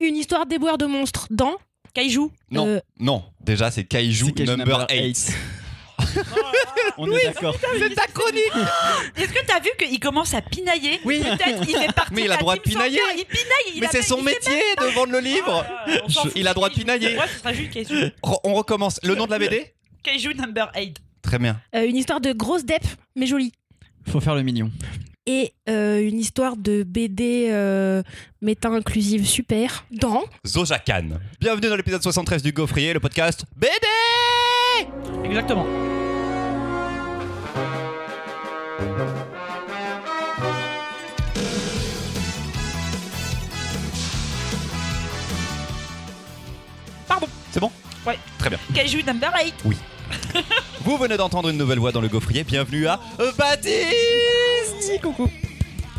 une histoire de déboueur de monstres dans Kaiju. Non, Euh, non. Déjà, c'est Kaiju C'est Kaiju number number 8. Oh On est d'accord. C'est ta chronique Est-ce que t'as vu qu'il commence à pinailler Oui. Peut-être, il fait partie Mais il a de la droit de team sans pinailler. cœur, Il pinaille il Mais a- c'est son il sait métier hein de vendre le même livre. pas, euh, on s'en Je- fout, il a droit de Kaiju. pinailler. Moi, ce sera juste Kaiju. Re- On recommence. Le nom de la BD Kaiju number 8. Très bien. euh, une histoire de grosse dep, mais jolie. Faut faire le mignon. Et euh, une histoire de BD euh, méta inclusive super dans. Zojakan. Bienvenue dans l'épisode 73 du Gaufrier, le podcast BD Exactement. C'est bon Ouais. Très bien. Kaiju number 8. Vous venez d'entendre une nouvelle voix dans le Gaufrier. Bienvenue à Baptiste Coucou.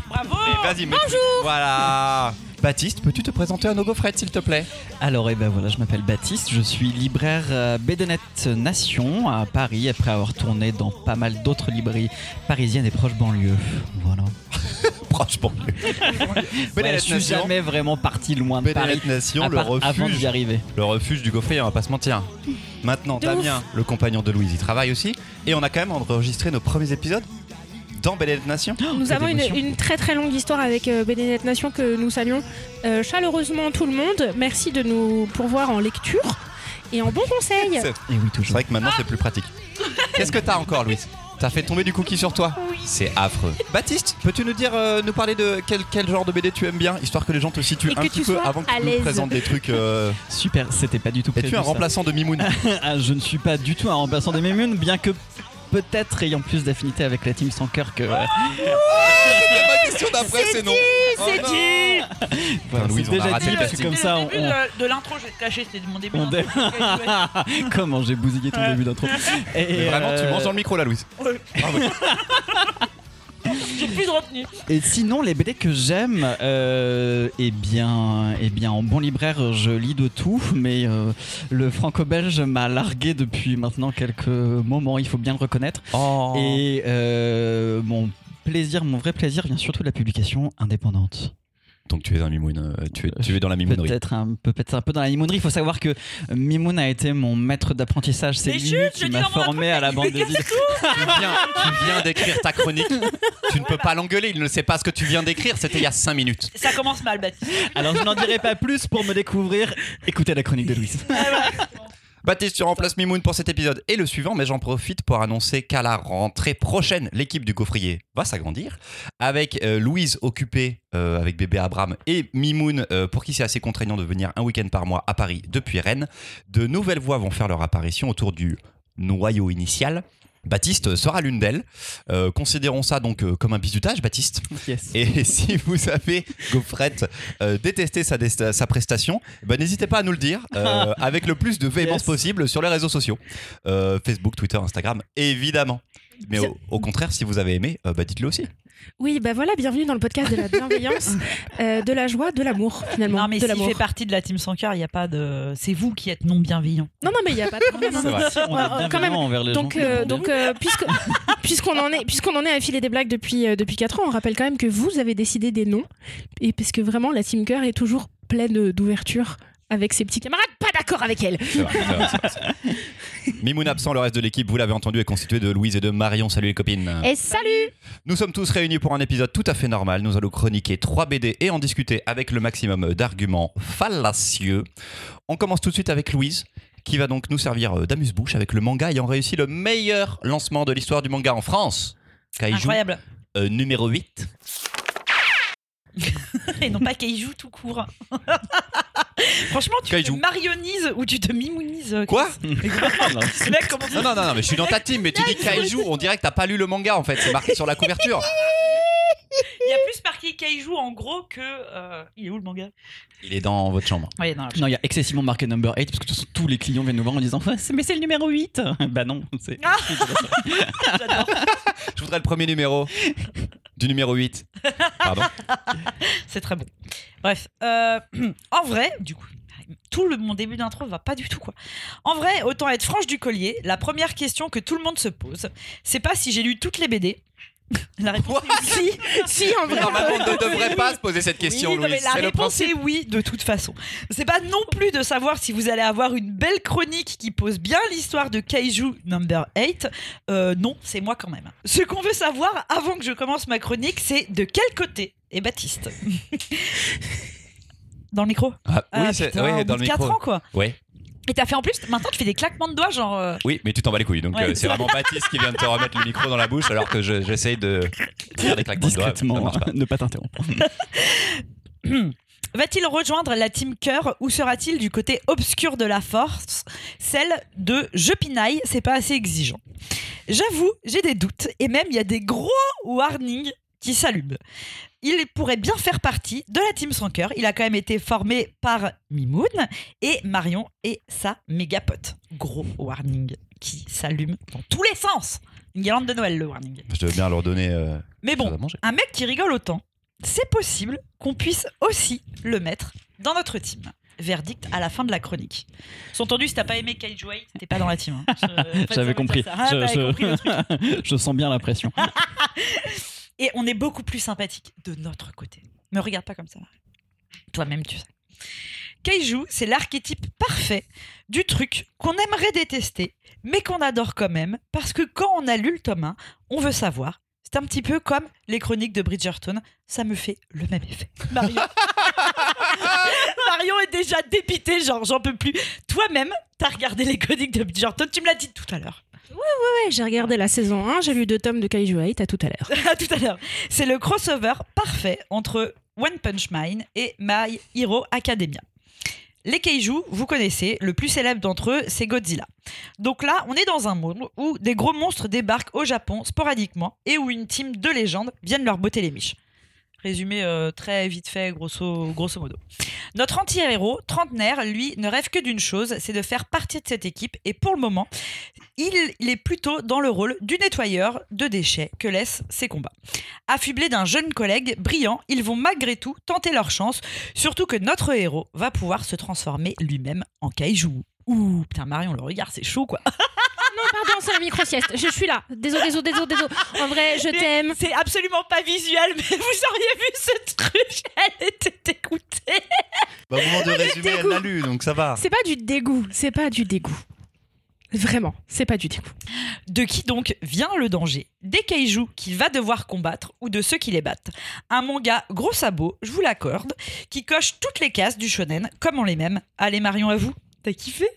Bravo Vas-y, Bonjour Voilà Baptiste, peux-tu te présenter à nos gaufrettes, s'il te plaît Alors, et ben voilà, je m'appelle Baptiste, je suis libraire euh, BDNet Nation à Paris après avoir tourné dans pas mal d'autres librairies parisiennes et proches banlieues. Voilà. Proche pour lui. Ouais, je suis Nation. jamais vraiment parti loin de Paris. Bénédicte Nation, à le part avant d'y refuge, arriver. le refuge du gaufrier, on va pas se mentir. Maintenant, De Damien, le compagnon de Louise, y travaille aussi. Et on a quand même enregistré nos premiers épisodes dans Bénédicte Nation. Nous que avons une, d'émotion. une très très longue histoire avec euh, BDNet Nation que nous saluons euh, chaleureusement tout le monde. Merci de nous pourvoir en lecture et en bons conseils. C'est Et Eh oui, c'est toujours. vrai que maintenant, c'est plus pratique. Ah. Qu'est-ce que t'as encore, Louise T'as fait tomber du cookie sur toi C'est affreux. Baptiste, peux-tu nous dire, euh, nous parler de quel, quel genre de BD tu aimes bien, histoire que les gens te situent Et un que petit tu peu sois avant que à tu nous l'aise. présentes des trucs. euh, Super, c'était pas du tout prévu. Es-tu un ça. remplaçant de Mimoun Ah, Je ne suis pas du tout un remplaçant des Mémunes, bien que peut-être ayant plus d'affinité avec la team sans cœur que. euh, Ma question d'après, c'est Oh non. C'est dit Voilà, Louise, c'est on a déjà raté dit, le parce que casting. comme ça, euh, Au on. début de, de l'intro, je vais te cacher, c'était mon début. on- on d'intro, Kaiju, ouais. dé- Comment j'ai bousillé ton début d'intro. Et Mais vraiment, tu euh, manges dans le micro là, Louise. J'ai plus de retenue. Et sinon, les BD que j'aime, euh, eh bien, eh bien, en bon libraire, je lis de tout, mais euh, le franco-belge m'a largué depuis maintenant quelques moments, il faut bien le reconnaître. Oh. Et euh, mon plaisir, mon vrai plaisir vient surtout de la publication indépendante. Donc tu es un Mimoun, euh, tu, es, tu es dans la Mimounerie. Peut-être un, peu- peut-être un peu dans la mimounerie. Il faut savoir que Mimoun a été mon maître d'apprentissage. C'est Mais lui chut, je qui dis m'a dans mon formé à la bande dessinée. Tu viens, tu viens d'écrire ta chronique. Tu ne peux pas l'engueuler, il ne sait pas ce que tu viens d'écrire, c'était il y a 5 minutes. Ça commence mal, Baptiste. Alors je n'en dirai pas plus pour me découvrir. Écoutez la chronique de Louise. Baptiste, tu remplaces Mimoun pour cet épisode et le suivant, mais j'en profite pour annoncer qu'à la rentrée prochaine, l'équipe du gaufrier va s'agrandir. Avec euh, Louise occupée euh, avec bébé Abraham et Mimoun, euh, pour qui c'est assez contraignant de venir un week-end par mois à Paris depuis Rennes, de nouvelles voix vont faire leur apparition autour du noyau initial. Baptiste sera l'une d'elles. Euh, considérons ça donc euh, comme un bisutage, Baptiste. Yes. Et si vous avez, Gaufrette, euh, détesté sa, dest- sa prestation, ben, n'hésitez pas à nous le dire euh, avec le plus de véhémence Yes. possible sur les réseaux sociaux. Euh, Facebook, Twitter, Instagram, évidemment. Mais au, au contraire, si vous avez aimé, euh, bah, dites-le aussi. Oui, bah voilà, bienvenue dans le podcast de la bienveillance, euh, de la joie, de l'amour finalement. Non, mais de s'il l'amour. fait partie de la team sans cœur, il n'y a pas de. C'est vous qui êtes non bienveillant. Non, non, mais il n'y a pas de problème. C'est vrai. On est bienveillant Bah, euh, quand même. envers les Donc, gens. euh, donc euh, puisque, puisqu'on en est, puisqu'on en est à filer des blagues depuis euh, depuis quatre ans, on rappelle quand même que vous avez décidé des noms et parce que vraiment la Team Cœur est toujours pleine d'ouverture avec ses petits camarades pas d'accord avec elle. C'est vrai, c'est vrai, c'est vrai, c'est vrai. Mimoun absent, le reste de l'équipe, vous l'avez entendu, est constitué de Louise et de Marion. Salut les copines. Et salut. Nous sommes tous réunis pour un épisode tout à fait normal. Nous allons chroniquer 3 BD et en discuter avec le maximum d'arguments fallacieux. On commence tout de suite avec Louise, qui va donc nous servir euh, d'amuse-bouche avec le manga ayant réussi le meilleur lancement de l'histoire du manga en France. Kaiju Incroyable. euh, numéro 8. Et non pas Kaiju tout court. Franchement, tu Kaiju. te marionises ou tu te mimounises. euh, Quoi Non, Chris. Le mec commence Non, non, non, non, mais je suis dans ta team, mais tu dis Kaiju, on dirait que t'as pas lu le manga en fait, c'est marqué sur la couverture. Il y a plus marqué Kaiju en gros que. euh, Il est où le manga Il est dans votre chambre. Ouais, non, Non, il y a excessivement marqué number 8 parce que de toute façon, tous les clients viennent nous voir en disant Ouais, c'est- Mais c'est le numéro 8 Bah non, c'est. Ah J'adore. Je voudrais le premier numéro du numéro 8. Pardon. c'est très bon. Bref, euh, en vrai, du coup, tout le, mon début d'intro va pas du tout quoi. En vrai, autant être franche du collier, la première question que tout le monde se pose, c'est pas si j'ai lu toutes les BD, La réponse Quoi est oui. si, en Mais vrai. normalement, on ne devrait pas se poser cette question, Oui, non, Louis. mais la C'est le réponse principe. est oui, de toute façon. C'est pas non plus de savoir si vous allez avoir une belle chronique qui pose bien l'histoire de Kaiju Number 8. Euh, non, c'est moi quand même. Ce qu'on veut savoir avant que je commence ma chronique, c'est de quel côté est Baptiste Dans le micro Ah, Ah, oui, c'est putain, oui, au bout dans le de 4 micro. ans, quoi. Ouais. Et t'as fait en plus, maintenant tu fais des claquements de doigts, genre. euh, Oui, mais tu t'en bats les couilles. Donc Ouais. euh, c'est vraiment Baptiste qui vient de te remettre le micro dans la bouche alors que je- j'essaye de faire des claquements de doigts. Ça Discrètement, marche pas. ne pas t'interrompre. Va-t-il rejoindre la team cœur ou sera-t-il du côté obscur de la force, celle de je pinaille, c'est pas assez exigeant J'avoue, j'ai des doutes et même il y a des gros warnings qui s'allument. Il pourrait bien faire partie de la team sans cœur. Il a quand même été formé par Mimoun et Marion et sa méga pote. Gros warning qui s'allume dans tous les sens. Une guirlande de Noël, le warning. Je devais bien leur donner euh, Mais bon, chose à manger. un mec qui rigole autant, c'est possible qu'on puisse aussi le mettre dans notre team. Verdict à la fin de la chronique. Sont entendu, si t'as pas aimé Kaiju White, t'es pas dans la team. hein. Je- en fait, ça veut J'avais dire compris. ça. Ah, Je- t'avais je- compris le truc. je sens bien la pression. Et on est beaucoup plus sympathique de notre côté. Me regarde pas comme ça. Marie. Toi-même, tu sais. Kaiju, c'est l'archétype parfait du truc qu'on aimerait détester, mais qu'on adore quand même, parce que quand on a lu le tome 1, on veut savoir. C'est un petit peu comme les chroniques de Bridgerton, ça me fait le même effet. Marion, Marion est déjà dépitée, genre j'en peux plus. Toi-même, t'as regardé les chroniques de Bridgerton, tu me l'as dit tout à l'heure. Ouais, j'ai regardé la saison 1, j'ai lu deux tomes de Kaiju 8 à tout à l'heure. à tout à l'heure. C'est le crossover parfait entre One Punch Man et My Hero Academia. Les kaiju, vous connaissez, le plus célèbre d'entre eux, c'est Godzilla. Donc là, on est dans un monde où des gros monstres débarquent au Japon sporadiquement et où une team de légendes viennent leur botter les miches. Résumé euh, très vite fait, grosso, grosso modo. Notre anti-héros, trentenaire, lui, ne rêve que d'une chose, c'est de faire partie de cette équipe et pour le moment, il, il est plutôt dans le rôle du nettoyeur de déchets que laissent ses combats. Affublés d'un jeune collègue brillant, ils vont malgré tout tenter leur chance, surtout que notre héros va pouvoir se transformer lui-même en kaiju. Ouh, putain, Marion, le regard, c'est chaud, quoi. Non, Ah, pardon, c'est la micro-sieste. Je suis là. Désolé, désolé, désolé, désolé. En vrai, je t'aime. C'est absolument pas visuel, mais vous auriez vu ce truc. Elle était écoutée. Bah, au moment de résumer, elle dégoût. l'a lu, donc ça va. C'est pas du dégoût, c'est pas du dégoût. Vraiment, c'est pas du dégoût. De qui donc vient le danger Des kaijus qu'il va devoir combattre ou de ceux qui les battent Un manga gros sabot, je vous l'accorde, qui coche toutes les cases du shonen comme on les même. Allez Marion, à vous. T'as kiffé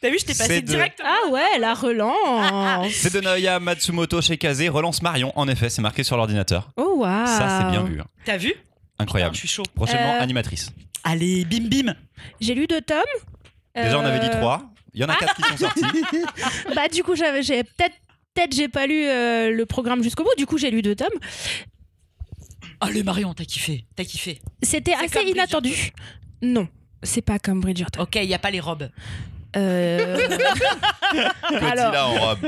T'as vu, je t'ai passé C'est de- direct. Ah ouais, la Ah, relance. C'est de Naoya Matsumoto chez Kaze, relance Marion, en effet, c'est marqué sur l'ordinateur. Oh waouh. Ça, c'est bien vu. hein. T'as vu Putain, Incroyable. Je suis chaud. Prochainement, Euh, animatrice. Allez, bim bim. J'ai lu deux tomes. Déjà, on avait dit Euh, trois. Il y en a quatre qui sont sortis. Bah du coup j'avais j'ai peut-être peut-être j'ai pas lu euh, le programme jusqu'au bout. Du coup j'ai lu deux tomes. Allez Marion, t'as kiffé. T'as kiffé. C'était C'est assez comme inattendu. Non, c'est pas comme Bridgerton. Ok, il y a pas les robes. Euh, Godzilla en robe.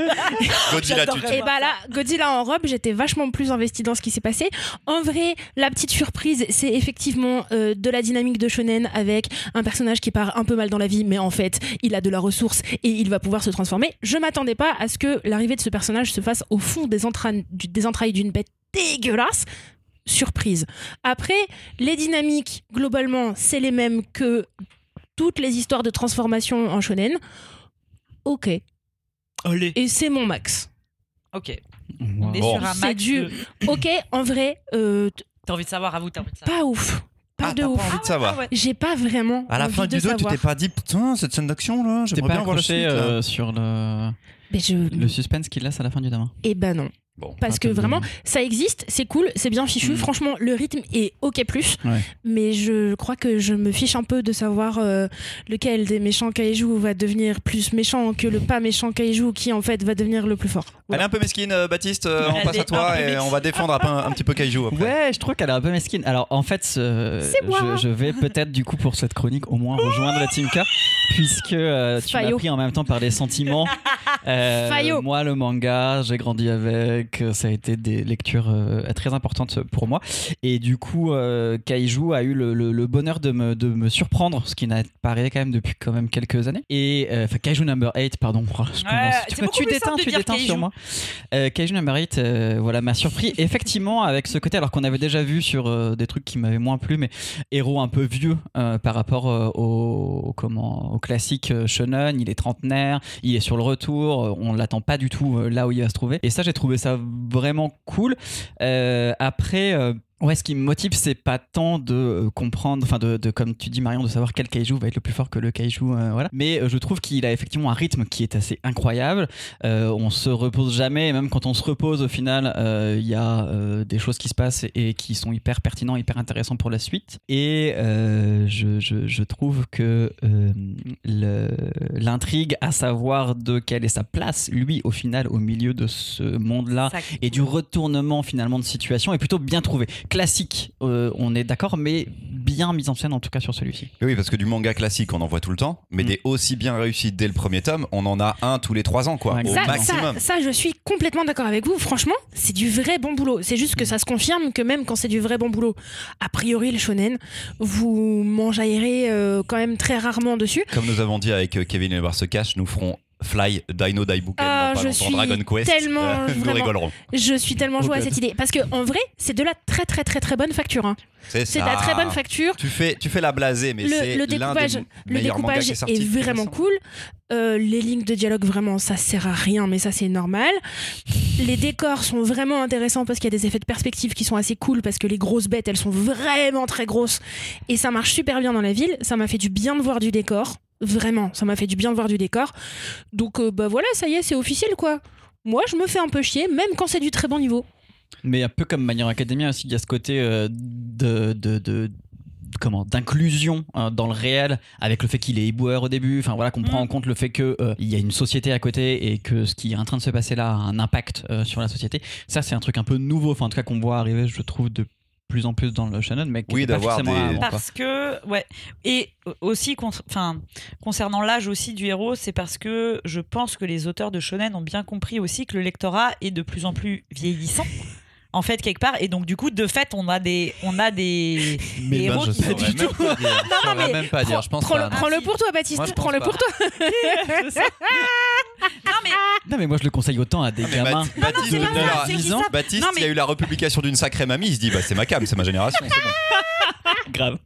Godzilla J'adore. tut. Et bah là, Godzilla en robe, j'étais vachement plus investie dans ce qui s'est passé. En vrai, la petite surprise, c'est effectivement euh, de la dynamique de shonen avec un personnage qui part un peu mal dans la vie, mais en fait, il a de la ressource et il va pouvoir se transformer. Je m'attendais pas à ce que l'arrivée de ce personnage se fasse au fond des, entra- du- des entrailles d'une bête dégueulasse. Surprise. Après, les dynamiques, globalement, c'est les mêmes que toutes les histoires de transformation en shonen. Ok. Allez. Et c'est mon max. Ok. Wow. On est Bon. sur un C'est max. du- de- Ok, en vrai, euh, t- T'as envie de savoir, à vous, t'as envie de savoir. pas ouf. Pas Ah, de t'as pas ouf. envie de savoir. Ah ouais. J'ai pas vraiment. À la envie fin de du 2, tu savoir. t'es pas dit, putain, cette scène d'action là, T'es j'aimerais pas bien voir la suite. accroché là. euh, sur le, Mais je. le suspense qu'il laisse à la fin du demain. Eh ben non. Bon. Parce que vraiment, ça existe, c'est cool, c'est bien fichu. Mm. Franchement, le rythme est ok plus. Ouais. Mais je crois que je me fiche un peu de savoir euh, lequel des méchants Kaiju va devenir plus méchant que le pas méchant Kaiju qui en fait va devenir le plus fort. Elle est un peu mesquine, euh, Baptiste. euh, on Elle passe est à toi un peu et on va défendre un, peu- un petit peu Kaiju après. Ouais, je trouve qu'elle est un peu mesquine. Alors en fait, euh, C'est moi. Ah je, je vais peut-être du coup pour cette chronique au moins rejoindre la Team K, puisque euh, tu m'as Fayot. pris en même temps par les sentiments. Euh, Fayot. moi, le manga, j'ai grandi avec, donc euh, ça a été des lectures euh, très importantes pour moi. Et du coup, euh, Kaiju a eu le, le- le bonheur de me, de me surprendre, ce qui n'a pas arrivé quand même depuis quand même quelques années. Et euh, enfin, Kaiju Number 8, pardon, Oh, je Ouais, commence. c'est tu beaucoup tu plus déteins, simple de tu dire déteins Kaiju. sur moi. Euh, Kaiju Number 8, euh, voilà, m'a surpris. Effectivement, avec ce côté, alors qu'on avait déjà vu sur euh, des trucs qui m'avaient moins plu, mais héros un peu vieux euh, par rapport euh, au, comment, au classique euh, shonen, il est trentenaire, il est sur le retour, euh, on l'attend pas du tout euh, là où il va se trouver. Et ça, j'ai trouvé ça vraiment cool. Euh, après. euh, Ouais, ce qui me motive, c'est pas tant de euh, comprendre, enfin, de, de- comme tu dis, Marion, de savoir quel kaiju va être le plus fort que le kaiju, euh, voilà. Mais euh, je trouve qu'il a effectivement un rythme qui est assez incroyable. Euh, on se repose jamais, et même quand on se repose, au final, euh, il y a euh, des choses qui se passent et, et qui sont hyper pertinents, hyper intéressants pour la suite. Et euh, je, je- je trouve que euh, le- l'intrigue, à savoir de quelle est sa place, lui, au final, au milieu de ce monde-là, Ça- et du retournement finalement de situation est plutôt bien trouvé. Classique, euh, on est d'accord, mais bien mise en scène en tout cas sur celui-ci. Mais Oui, parce que du manga classique, on en voit tout le temps, mais Mm. des aussi bien réussis dès le premier tome, on en a un tous les trois ans, quoi, Ouais, au exactement. Ça, maximum. ça, ça, je suis complètement d'accord avec vous. Franchement, c'est du vrai bon boulot. C'est juste que ça se confirme que même quand c'est du vrai bon boulot, a priori, le shonen, vous m'enjaillerez euh, quand même très rarement dessus. Comme nous avons dit avec euh, Kevin et Bar se cache, nous ferons Fly, Dino Daibuken, Ah, dans pas je longtemps, suis Dragon Quest. euh, tellement, nous vraiment- rigolerons. Je suis tellement Oh jouée à God. cette idée. Parce que en vrai, c'est de la très très très très bonne facture. hein. C'est C'est ça. de la très bonne facture. Tu fais, tu fais la blasée, mais Le- c'est le l'un des découpage- m- Le meilleurs mangas découpage qui est sorti. est vraiment cool. Euh, les lignes de dialogue, vraiment, ça sert à rien, mais ça c'est normal. Les décors sont vraiment intéressants parce qu'il y a des effets de perspective qui sont assez cool parce que les grosses bêtes, elles sont vraiment très grosses et ça marche super bien dans la ville. Ça m'a fait du bien de voir du décor, vraiment. Ça m'a fait du bien de voir du décor. Donc euh, bah voilà, ça y est, c'est officiel quoi. Moi, je me fais un peu chier, même quand c'est du très bon niveau. Mais un peu comme Manière Academia aussi, il y a ce côté euh, de, de, de- comment d'inclusion hein, dans le réel avec le fait qu'il est éboueur au début enfin voilà qu'on prend en compte le fait que euh, il y a une société à côté et que ce qui est en train de se passer là a un impact euh, sur la société ça c'est un truc un peu nouveau enfin en tout cas qu'on voit arriver je trouve de plus en plus dans le Shannon mais qui Oui, était pas d'avoir forcément des- là avant, quoi. Parce que, ouais. Et aussi, con- enfin, concernant l'âge aussi du héros, c'est parce que je pense que les auteurs de shonen ont bien compris aussi que le lectorat est de plus en plus vieillissant. En fait, quelque part, et donc du coup, de fait, on a des, on a des, Mais Ben, bah, des héros je qui sont saurais même pas dire. Je non, saurais mais même pas dire. Je pense prends, le, pas. non. prends le pour toi, Baptiste. Moi, je pense prends le pas. pour toi. C'est ça. non mais non mais moi je le conseille autant à des Ah, mais gamins Baptiste- Baptiste, c'est pas il ça, a- c'est qu'ils dix ans, savent- Baptiste, Non, il y a mais- eu la republication d'une sacrée mamie. Il se dit, bah, c'est ma cam, c'est ma génération. c'est bon. grave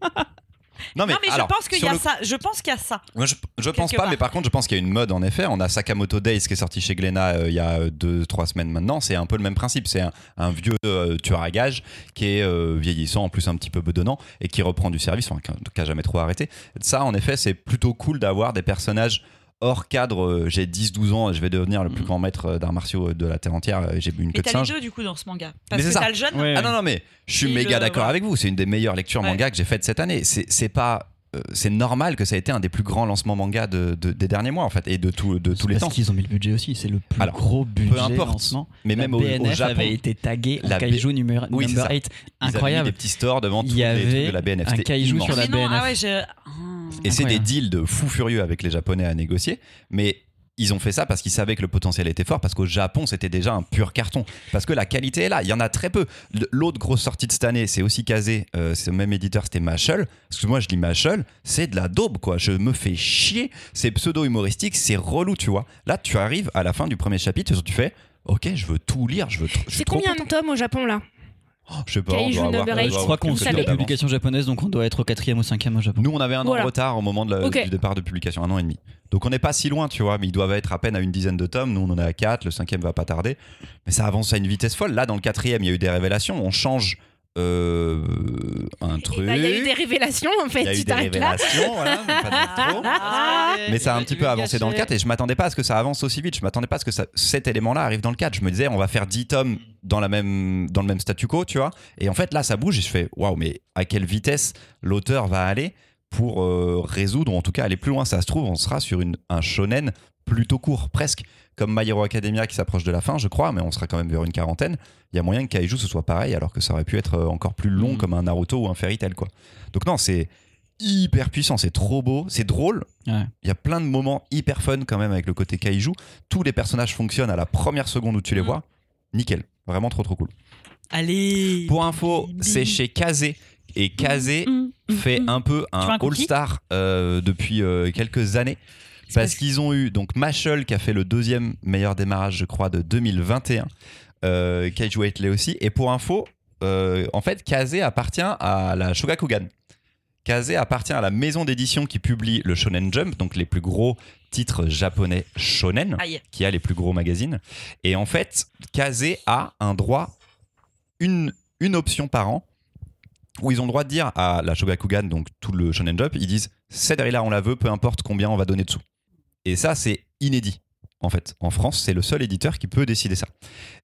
Non, mais, non mais alors, je pense qu'il y sur a le- ça. Je pense qu'il y a ça. Moi, je, je pense Quelque pas, part. mais par contre, je pense qu'il y a une mode en effet. On a Sakamoto Days qui est sorti chez Glénat euh, il y a 2-3 semaines maintenant. C'est un peu le même principe. C'est un, un vieux euh, tueur à gages qui est euh, vieillissant, en plus un petit peu bedonnant, et qui reprend du service, enfin, qui qui a jamais trop arrêté. Ça, en effet, c'est plutôt cool d'avoir des personnages hors cadre. Euh, J'ai 10-12 ans, je vais devenir le plus grand maître euh, d'arts martiaux de la Terre entière. Euh, J'ai bu une Mm. Et queue t'as de les singe. deux du coup dans ce manga. Mais Parce c'est que ça. t'as le jeune. Ouais, Ah ouais. non, non, mais je suis Et méga le- d'accord voilà. avec vous. C'est une des meilleures lectures Ouais. manga que j'ai faites cette année. C'est c'est pas. euh, C'est normal que ça ait été un des plus grands lancements manga de- de- des derniers mois, en fait, et de, tout- de tous les parce temps. qu'ils ont mis le budget aussi c'est le plus Alors, gros budget importe. lancement. Mais La même au, au BNF Japon, avait été tagué en La B- kaiju numéro Oui, c'est number ça. 8 ils avaient mis incroyable des petits stores devant Il tous y les trucs avait de la BNF. un C'était kaiju immense. sur la Mais non, BNF. ah ouais, je- Et c'est des Incroyable. deals de fou furieux avec les Japonais à négocier, mais ils ont fait ça parce qu'ils savaient que le potentiel était fort, parce qu'au Japon, c'était déjà un pur carton, parce que la qualité est là, il y en a très peu. L- L'autre grosse sortie de cette année, c'est aussi casé, euh, c'est le même éditeur, c'était Machel. Excuse-moi, je dis Machel, c'est de la daube, quoi. Je me fais chier, c'est pseudo-humoristique, c'est relou, tu vois. Là, tu arrives à la fin du premier chapitre, tu fais... Ok, je veux tout lire, je veux. tr- je suis C'est trop combien content. de tomes au Japon là Oh, Je sais pas. on Kaiju doit avoir- number on doit eight. Je avoir crois qu'on quelques suit la heures d'avance. publication japonaise, donc on doit être au quatrième ou cinquième au Japon. Nous, on avait un an Voilà. de retard au moment de la- Ok. du départ de publication, un an et demi. Donc on n'est pas si loin, tu vois, mais ils doivent être à peine à une dizaine de tomes. Nous, on en est à quatre, le cinquième va pas tarder. Mais ça avance à une vitesse folle. Là, dans le quatrième, il y a eu des révélations. On change euh, un Eh truc. ben, Il y a eu des révélations en Il y a fait. eu Tu des t'arrêtes là. révélations, voilà, mais pas de trop. Ah, Mais ça a un petit peu avancé dans le 4 et je m'attendais pas à ce que ça avance aussi vite. Je m'attendais pas à ce que ça- cet élément-là arrive dans le 4. Je me disais, on va faire 10 tomes dans, la même, dans le même statu quo, tu vois. Et en fait, là, ça bouge et je fais, waouh, mais à quelle vitesse l'auteur va aller pour euh, résoudre, ou en tout cas aller plus loin. Ça se trouve, on sera sur une, un shonen plutôt court, presque comme My Hero Academia qui s'approche de la fin, je crois, mais on sera quand même vers une quarantaine. Il y a moyen que Kaiju ce soit pareil, alors que ça aurait pu être euh, encore plus long Mhm. comme un Naruto ou un Fairy Tail, quoi. Donc non, c'est hyper puissant, c'est trop beau, c'est drôle. Ouais. Il y a plein de moments hyper fun quand même avec le côté Kaiju. Tous les personnages fonctionnent à la première seconde où tu les Mhm. vois. Nickel. Vraiment trop trop cool. Allez. Pour info, c'est chez Kazé. Et Kazé fait un peu veux un Mm-hmm. un cookie All-Star euh, depuis euh, quelques années. Parce qu'ils ont eu donc Mashal qui a fait le deuxième meilleur démarrage, je crois, de 2021. Euh, Cage Waitley aussi. Et pour info, euh, en fait, Kazé appartient à la Shogakukan. Kazé appartient à la maison d'édition qui publie le Shonen Jump, donc les plus gros titres japonais shonen Aïe. qui a les plus gros magazines. Et en fait, Kazé a un droit, une, une option par an, où ils ont le droit de dire à la Shogakukan, donc tout le Shonen Jump, ils disent cette série-là, on la veut, peu importe combien on va donner dessous. Et ça, c'est inédit. En fait, en France, c'est le seul éditeur qui peut décider ça.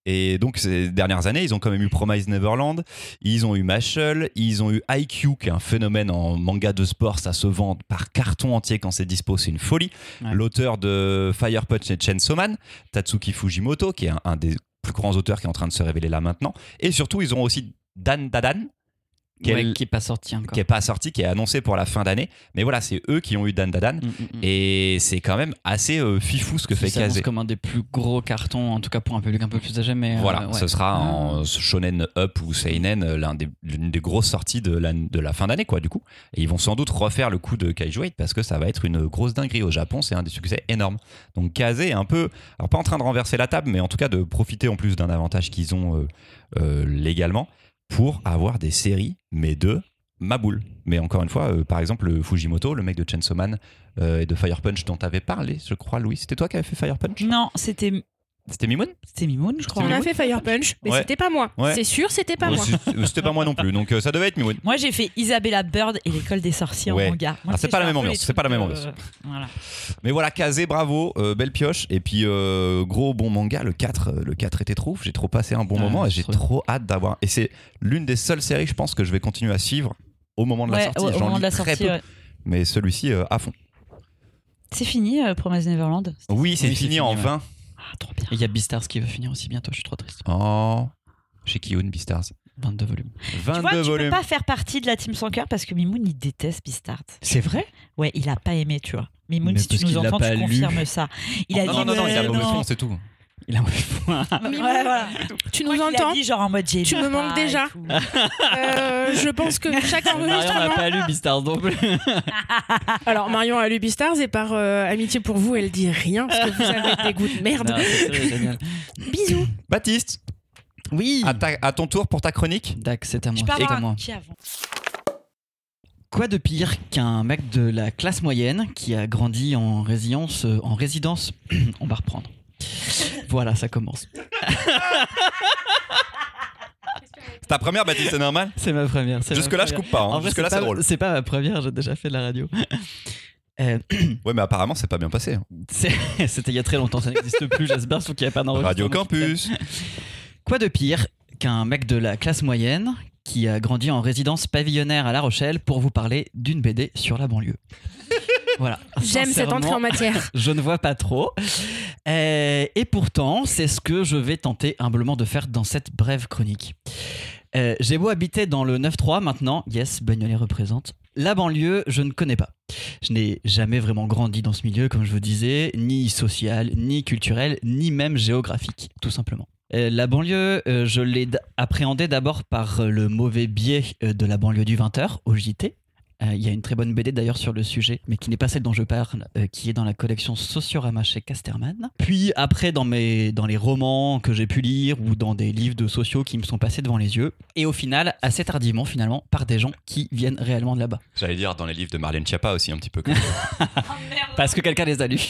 Et donc, ces dernières années, ils ont quand même eu Promise Neverland, ils ont eu Mashal, ils ont eu IQ, qui est un phénomène en manga de sport, ça se vend par carton entier quand c'est dispo, c'est une folie. Ouais. L'auteur de Fire Punch et Chainsaw Man, Tatsuki Fujimoto, qui est un, un des plus grands auteurs qui est en train de se révéler là maintenant. Et surtout, ils ont aussi Dan Dadan, qui est Ouais, le- qui est pas sorti encore. qui n'est pas sorti, qui est annoncé pour la fin d'année. Mais voilà, c'est eux qui ont eu Dan Dadan. Mm, mm, mm. Et c'est quand même assez euh, fifou ce que fait Ça s'annonce Kazé. comme un des plus gros cartons, en tout cas pour un public un peu plus âgé. Mais euh, Voilà, ouais. ce sera en Shonen Up ou Seinen, euh, l'un des- l'une des, grosses sorties de la, de la fin d'année, quoi, du coup. Et ils vont sans doute refaire le coup de Kaiju 8 parce que ça va être une grosse dinguerie au Japon, c'est un des succès énormes. Donc Kazé est un peu, alors pas en train de renverser la table, mais en tout cas de profiter en plus d'un avantage qu'ils ont euh, euh, légalement pour avoir des séries, mais de ma boule. Mais encore une fois, euh, par exemple, le Fujimoto, le mec de Chainsaw Man euh, et de Fire Punch dont t'avais parlé, je crois, Louis. C'était toi qui avais fait Fire Mm. Punch Non, c'était C'était Mimoun c'était Mimoun, je crois. On a fait Fire Punch, mais Ouais. c'était pas moi. Ouais. C'est sûr, c'était pas Ouais, moi. c'est- C'était pas moi non plus, donc euh, ça devait être Mimoun. Moi, j'ai fait Isabella Bird et l'école des sorciers Ouais. en manga. Moi, Alors, c'est tu sais, pas la j'ai même un peu ambiance, les c'est pas la trucs, même ambiance. euh, voilà. Mais voilà, Kazé, bravo, euh, belle pioche. Et puis, euh, gros bon manga, le 4, euh, le 4 était trop ouf. J'ai trop passé un bon Ah, Ouais, moment et c'est j'ai trop trop hâte d'avoir. Et c'est l'une des seules séries, je pense, que je vais continuer à suivre au moment de la Ouais, sortie. ouais, au J'en moment lis de la très sortie, peu, ouais. mais celui-ci euh, à fond. C'est fini, euh, Promise Neverland Oui, c'est c'est fini, fini, enfin. Ah, trop bien. Et il y a Beastars qui veut finir aussi bientôt, je suis trop triste. Oh, chez Kiyun Beastars. 22 volumes. Tu 22 vois, tu peux volumes. pas faire partie de la Team Sans Cœur parce que Mimoun, il déteste Beastart. C'est vrai Ouais, il a pas aimé, tu vois. Mimoun, Mais si tu parce nous qu'il l'a entends, pas tu lu. confirmes ça. Il a non, dit, non, non, non, il a mais mauvais non. fond, c'est tout. Il a un Ouais, Mimoun, voilà. Tu Je nous crois qu'il a entends dit genre en mode j'ai Tu aimé me manques ça déjà. et tout. Euh, Je pense que chaque Marion n'a enregistrement. pas lu Beastars non plus. Alors Marion a lu Beastars et par euh, amitié pour vous, elle dit rien parce que vous avez des goûts de merde. Non, c'est- c'est génial. Bisous. Baptiste, Oui à, ta- à ton tour pour ta chronique. Dac, c'est à moi. Je Et parle à moi. un qui avant. Quoi de pire qu'un mec de la classe moyenne qui a grandi en résidence, euh, en résidence On va reprendre. Voilà, ça commence. C'est ta première, Baptiste, c'est normal C'est ma première. c'est ma Jusque-là, je première. coupe pas. hein. En vrai, Jusque-là, c'est c'est pas- drôle. C'est pas ma première, j'ai déjà fait de la radio. Euh, Ouais, mais apparemment, c'est pas bien passé. hein. c'est- C'était il y a très longtemps, ça n'existe plus, j'espère, sauf qu'il n'y a pas d'enregistrement. Radio Campus. Quoi de pire qu'un mec de la classe moyenne qui a grandi en résidence pavillonnaire à La Rochelle pour vous parler d'une BD sur la banlieue Voilà. J'aime cette entrée en Sincèrement, matière. Je ne vois pas trop. Euh, et pourtant, c'est ce que je vais tenter humblement de faire dans cette brève chronique. Euh, J'ai beau habiter dans le 9-3 maintenant, yes, Bagnolet représente. La banlieue, je ne connais pas. Je n'ai jamais vraiment grandi dans ce milieu, comme je vous disais, ni social, ni culturel, ni même géographique, tout simplement. Euh, la banlieue, euh, je l'ai d- appréhendée d'abord par euh, le mauvais biais euh, de la banlieue du 20h au JT. Euh, Il y a une très bonne BD d'ailleurs sur le sujet, mais qui n'est pas celle dont je parle, euh, qui est dans la collection Sociorama chez Casterman. Puis après, dans, mes, dans les romans que j'ai pu lire ou dans des livres de sociaux qui me sont passés devant les yeux. Et au final, assez tardivement, finalement, par des gens qui viennent réellement de là-bas. J'allais dire dans les livres de Marlène Chiappa aussi un petit peu. Oh, Parce que quelqu'un les a lus.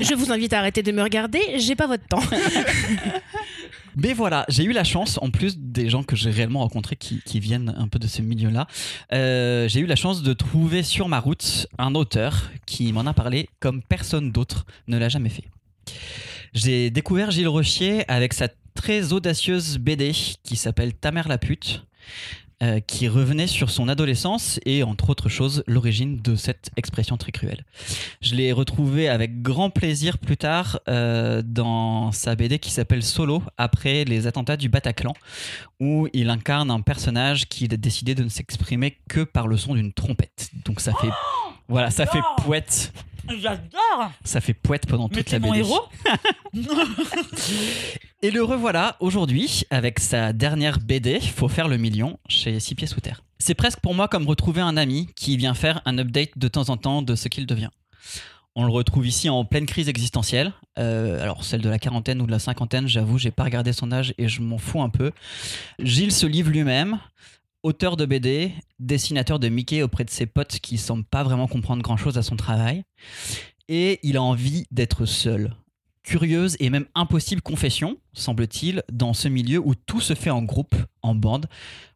Je vous invite à arrêter de me regarder. J'ai pas votre temps. Mais voilà, j'ai eu la chance, en plus des gens que j'ai réellement rencontrés qui, qui viennent un peu de ce milieu-là, euh, j'ai eu la chance de trouver sur ma route un auteur qui m'en a parlé comme personne d'autre ne l'a jamais fait. J'ai découvert Gilles Rochier avec sa très audacieuse BD qui s'appelle Ta mère la pute. euh, qui revenait sur son adolescence et entre autres choses l'origine de cette expression très cruelle. Je l'ai retrouvé avec grand plaisir plus tard euh, dans sa BD qui s'appelle Solo, après les attentats du Bataclan, où il incarne un personnage qui a Oh décidé de ne s'exprimer que par le son d'une trompette. Donc ça fait... Voilà, ça non fait poète. J'adore Ça fait poète pendant Mais toute t'es la mon BD. héros Et le revoilà aujourd'hui avec sa dernière BD, Faut faire le million, chez Six Pieds Sous Terre. C'est presque pour moi comme retrouver un ami qui vient faire un update de temps en temps de ce qu'il devient. On le retrouve ici en pleine crise existentielle. Euh, alors celle de la quarantaine ou de la cinquantaine, j'avoue, j'ai pas regardé son âge et je m'en fous un peu. Gilles se livre lui-même, auteur de BD, dessinateur de Mickey auprès de ses potes qui semblent pas vraiment comprendre grand-chose à son travail. Et il a envie d'être seul curieuse et même impossible confession, semble-t-il, dans ce milieu où tout se fait en groupe, en bande,